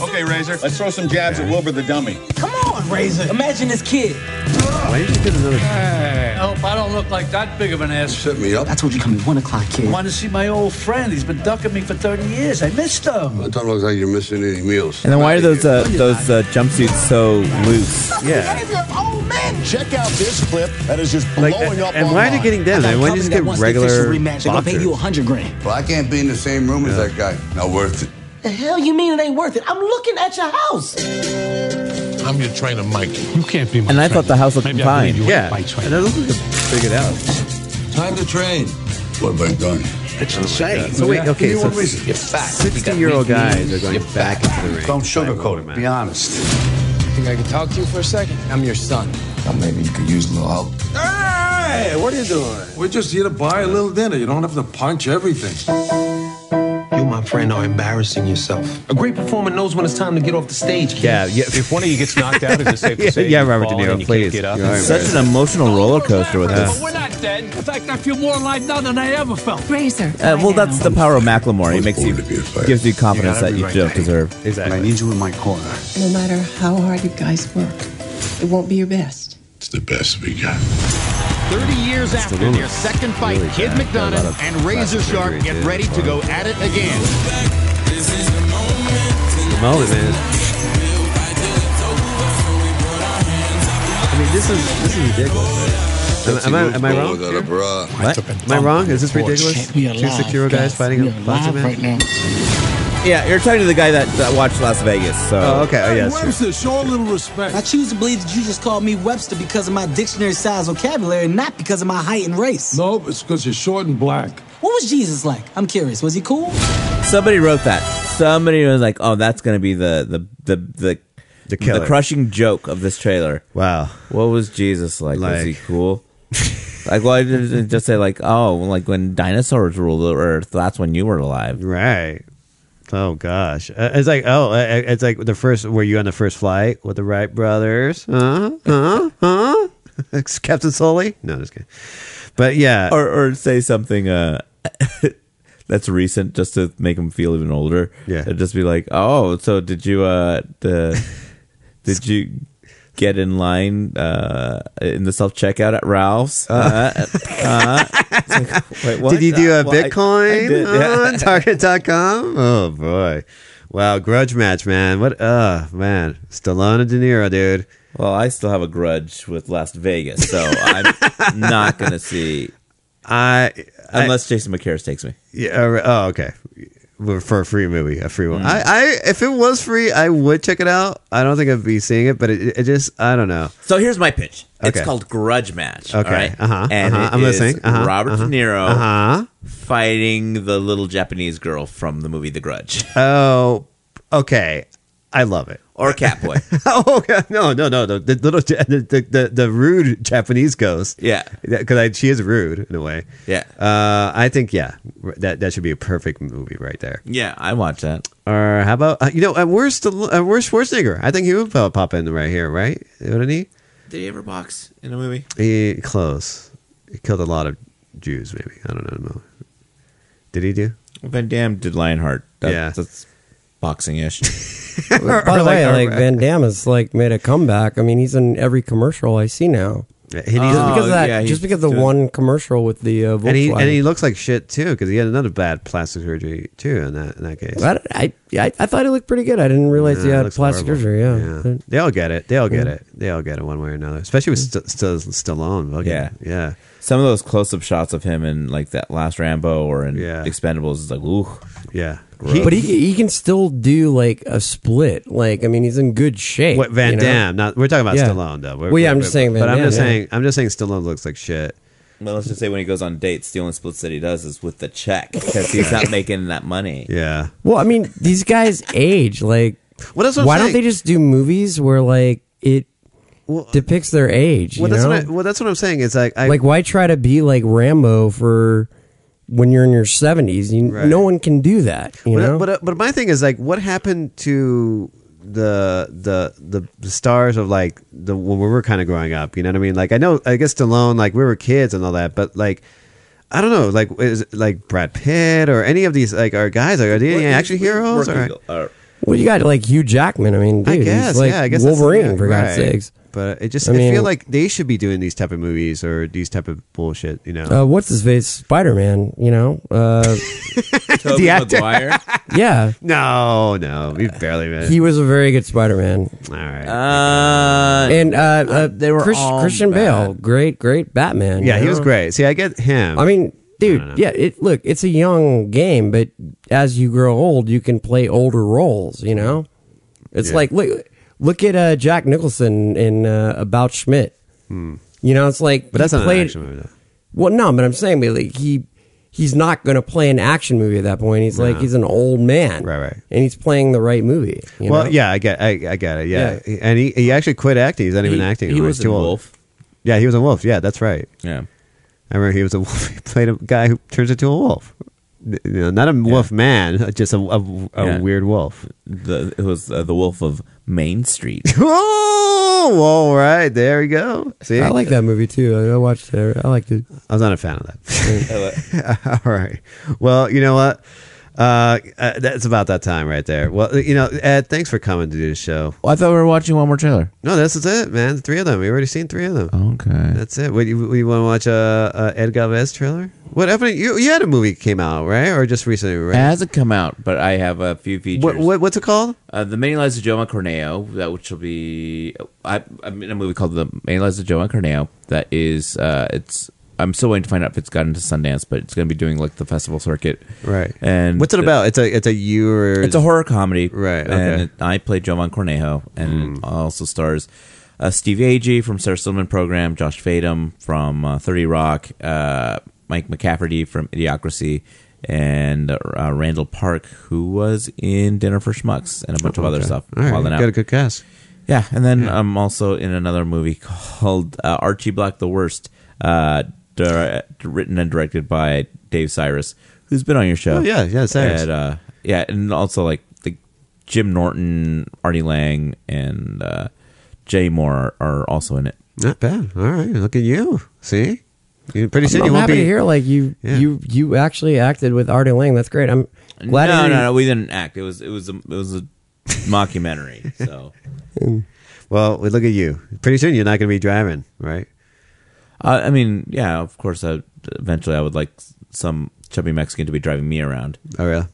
Okay, Razor, let's throw some jabs at Wilbur the dummy. Come on, Razor. Imagine this kid. Why did you get another? hope I don't look like that big of an ass. Set me up. I told you to come at one o'clock, I kid. want to see my old friend. He's been ducking me for 30 years. I missed him. It don't look like you're missing any meals. And then why are those uh, those uh, jumpsuits so loose? Behavior of old men. Check out this clip that is just blowing up and why are they online. getting them? Man? Why don't you just get regular boxers? hundred grand. Well, I can't be in the same room as that guy. Not worth it. The hell you mean it ain't worth it? I'm looking at your house. I'm your trainer, Mike. You can't be my And I thought the house looked Maybe I fine. believe you Yeah, ain't my trainer. figured out. Time to train. What have I done? It's insane. So wait, okay, so You're fat. sixty-year-old guys are going back into the ring. Don't sugarcoat it. Be honest. Think I could talk to you for a second? I'm your son. maybe you could use a little help. Hey, what are you doing? We're just here to buy a little dinner. You don't have to punch everything. You, my friend, are embarrassing yourself. A great performer knows when it's time to get off the stage. Kid. Yeah, yeah. If one of you gets knocked out, is it safe <laughs> Yeah, to say yeah, you Robert De fall and Niro, you can't please. get up? You're right, Such an emotional roller coaster with this. But we're not dead. In fact, I feel more alive now than I ever felt. Razor. Uh, well, that's the power of Macklemore. He makes you gives you confidence that you don't deserve. Exactly. I need you in my corner. No matter how hard you guys work, it won't be your best. It's the best we got. 30 years after Stallone their was second fight, really Kid bad. Got a lot McDonough of and Razor plastic Sharp surgery, get dude. ready to go at it again. The moment, man. I mean, this is this is ridiculous. man. Am, am I am I wrong? Without Oh, a bra. What? Am I wrong? Is this ridiculous? We are Two live, six-year-old guys guys. fighting We a are boxing live match. right now. Yeah, you're talking to the guy that, that watched Las Vegas. So. Oh, okay. Oh, yes. Webster, show a little respect. I choose to believe that you just called me Webster because of my dictionary size vocabulary, not because of my height and race. No, it's because you're short and black. What was Jesus like? I'm curious. Was he cool? Somebody wrote that. Somebody was like, "Oh, that's going to be the the the the." The, killer. crushing joke of this trailer. Wow, what was Jesus like? was he Like- cool? like, why didn't it just say like, oh, like when dinosaurs ruled the earth, that's when you were alive, right? Oh gosh, Uh, it's like oh, uh, it's like the first. Were you on the first flight with the Wright brothers? Huh? Huh? Huh? <laughs> Captain Sully? No, just kidding. But yeah, or or say something uh, <laughs> that's recent just to make him feel even older. Yeah. It'd just be like, oh, so did you uh, <laughs> the, did you get in line uh, in the self checkout at Ralph's? Uh, uh, <laughs> It's like, wait, what? Did you do a Well, I- Bitcoin I did, yeah. <laughs> on Target.com? Oh boy, wow, grudge match, man. What? Uh, man, Stallone and De Niro, dude. Well, I still have a grudge with Las Vegas, so <laughs> I'm not gonna see. I unless Jason McCarris takes me. Yeah. all right. Oh, okay. Well, For a free movie, a free one. Mm. I, I, if it was free, I would check it out. I don't think I'd be seeing it, but it, it just, I don't know. So here's my pitch. Okay. It's called Grudge Match. Okay. all right? Uh-huh. And Uh-huh. it I'm is listening. Uh-huh. Robert Uh-huh. De Niro Uh-huh. fighting the little Japanese girl from the movie The Grudge <laughs> Oh, okay. I love it. <laughs> or Catboy. <laughs> oh God, no, no, no, no. The little, Ja- the, the, the, the rude Japanese ghost. Yeah. because she is rude in a way. Yeah. Uh, I think yeah, that that should be a perfect movie right there. yeah, I watch that. Or how about uh, you know, uh, where's the uh, where's Schwarzenegger? I think he would pop pop in right here, right? Wouldn't he? Did he ever box in a movie? He close. He killed a lot of Jews. Maybe I don't know. Did he do? Van Damme did Lionheart. That, Yeah. that's boxing ish. <laughs> By the way, like Van Damme has like made a comeback. I mean, he's in every commercial I see now. Yeah, just he needs- because of Oh, that, yeah, he's just because of the doing- one commercial with the uh, Volkswagen. And he and he looks like shit too because he had another bad plastic surgery too in that in that case. I, don't- I, I I thought he looked pretty good. I didn't realize he Yeah, it had looks plastic horrible. surgery. Yeah. But- They all get it. They all get Yeah. it. They all get it one way or another. Especially with St- St- Stallone. They'll Yeah, get it. yeah. Some of those close-up shots of him in like that last Rambo or in Expendables is like, ooh, yeah. but he he can still do like a split. Like I mean, he's in good shape. What Van you know? Damme? Not we're talking about Yeah. Stallone though. We're, well, yeah, I'm we're- just saying. Van but I'm Damme, just yeah. saying. I'm just saying Stallone looks like shit. Well, let's just say when he goes on dates, the only splits that he does is with the check because he's not making that <laughs> money. Yeah. Well, I mean, these <laughs> guys age. Like, Well, that's what I'm why don't saying. they just do movies where like it depicts their age? Well, you that's know? what I, well, that's what I'm saying. It's like I like, why try to be like Rambo for when you're in your 70s? You, Right. No one can do that. You but, know. but but my thing is like, what happened to the the the, the stars of like the when we were kind of growing up? You know what I mean? Like I know, I guess Stallone, like we were kids and all that, but like. I don't know, like is it like Brad Pitt or any of these like our guys are they any action heroes? Or, well, you got like Hugh Jackman. I mean, dude, I guess, he's like yeah, I guess that's- Wolverine yeah, for God's right. sakes. but it just I I, mean- feel like they should be doing these type of movies or these type of bullshit. You know, Uh, what's his face? Spider Man. You know. Uh, the actor. yeah. No, no, we barely met. He was a very good Spider Man. All right. Uh, and uh, uh, they were all Christian Bale, great, great Batman. Yeah, you he was know? great. See, I get him. I mean, dude, I don't know. yeah. It look, it's a young game, but as you grow old, you can play older roles. You know, it's Yeah. like look, look at uh, Jack Nicholson in uh, About Schmidt. You know, it's like Hmm. but that's he not played- an action movie. Though. Well, no, but I'm saying, but like he. He's not going to play an action movie at that point. He's like No. he's an old man, Right, right. And he's playing the right movie. you well, know? yeah, I get, I, I get it. Yeah, and he, he actually quit acting. He's not even He- acting. he anymore. was He's too in old. Wolf. Yeah, he was a wolf. Yeah, that's right. Yeah, I remember he was a <laughs> wolf. He played a guy who turns into a wolf. N- you know, not a wolf man, just a, a, a Yeah. weird wolf. The, it was uh, the Wolf of Main Street. oh, all right, there we go. See, I like that movie too. I I watched it. I liked it. I was not a fan of that. <laughs> All right. Well, you know what? Uh, uh, that's about that time right there. Well, you know, Ed, thanks for coming to do the show. Well, Oh, I thought we were watching one more trailer. No, this is it, man. Three of them. We already seen three of them. Okay. That's it. What, you, you want to watch uh, uh, Ed Galvez trailer? What happened? You, you had a movie came out, right? Or just recently, It right? hasn't come out, but I have a few features. What- what- what's it called? Uh, the Many Lives of Joe Corneo, that which will be I, I'm in a movie called The Many Lives of Joe Corneo. That is, uh, it's I'm still waiting to find out if it's gotten to Sundance, but it's going to be doing like the festival circuit, Right. And What's it about? It's a it's a you or It's a horror comedy, right? And Okay. Hmm. it, I play Jovan Cornejo, and it also stars uh, Steve Agee from Sarah Silverman Program, Josh Fadem from uh, Thirty Rock, uh, Mike McCafferty from Idiocracy, and uh, Randall Park, who was in Dinner for Schmucks and a bunch of Oh, other okay. stuff. All right, Wildin' you Out. got a good cast. Yeah, and then I'm also in another movie called uh, Archie Black the Worst, uh, dir- written and directed by Dave Cyrus, who's been on your show. Oh, yeah, yeah, Cyrus. And, uh, yeah, and also like the Jim Norton, Artie Lang, and uh, Jay Moore are, are also in it. Not bad. All right, look at you. See, you pretty soon I'm you won't happy be to hear like you you you actually acted with Artie Lang. That's great. I'm glad. no, to hear no, you- no, we didn't act. It was it was a, it was a mockumentary. So Well, look at you. Pretty soon you're not going to be driving, right? <laughs> uh, I mean, yeah, of course. I, eventually, I would like some chubby Mexican to be driving me around. Oh, really?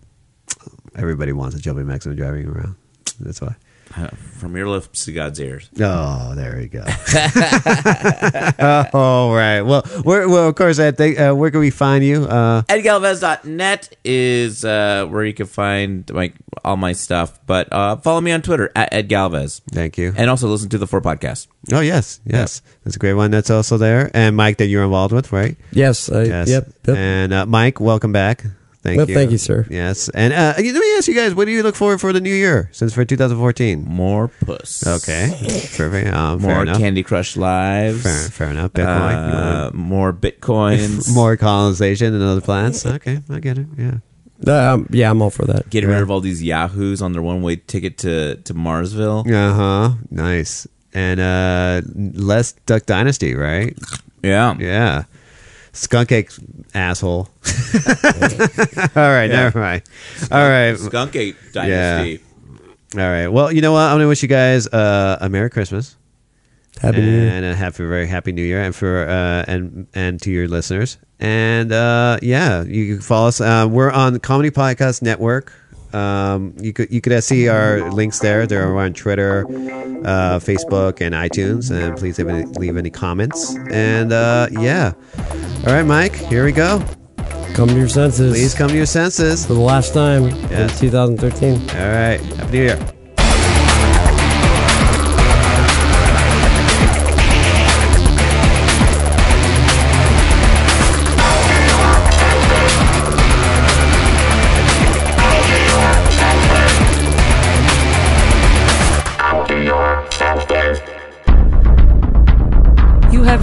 Everybody wants a jumping Mexican driving around. That's why. Uh, From your lips to God's ears. Oh, there we <laughs> go. All right. Well, where, well, of course, Ed, they, uh, where can we find you? Uh, EdGalvez.net is uh, where you can find my, all my stuff. But uh, follow me on Twitter at EdGalvez. Thank you. And also listen to the Four Podcast. oh, yes, yes. That's a great one. That's also there. And Mike, that you're involved with, right? Yes. I, Yep. yep. And uh, Mike, welcome back. Thank Well, you. thank you, sir. Yes. And uh, let me ask you guys, what do you look forward for the new year since for 2014? More puss. Okay. Perfect. Um, fair More enough. Candy Crush Lives. Fair- fair enough. Bitcoin. You Uh, wanna- more <laughs> Bitcoins. More colonization and other planets. Okay, I get it. Yeah. Uh, um, yeah, I'm all for that. Getting rid of all these Yahoos on their one way ticket to, to Marsville. Uh Uh-huh. huh. Nice. And uh less Duck Dynasty, right? Yeah. Yeah. Skunk Ape asshole. <laughs> All right, Yeah. never mind. All right. Skunk Ape Dynasty. Yeah. All right. Well, you know what? I'm going to wish you guys uh, a Merry Christmas. Happy and New Year. a happy, very happy New Year, and for uh, and and to your listeners, and uh, yeah, you can follow us. Uh, we're on the Comedy Podcast Network. Um, you could you could see our links there. They're on Twitter, uh, Facebook, and iTunes. And please leave any, leave any comments. And uh, yeah, all right, Mike, here we go. Come to your senses. Please come to your senses. For the last time Yes. in All 2013. right, happy New Year. You have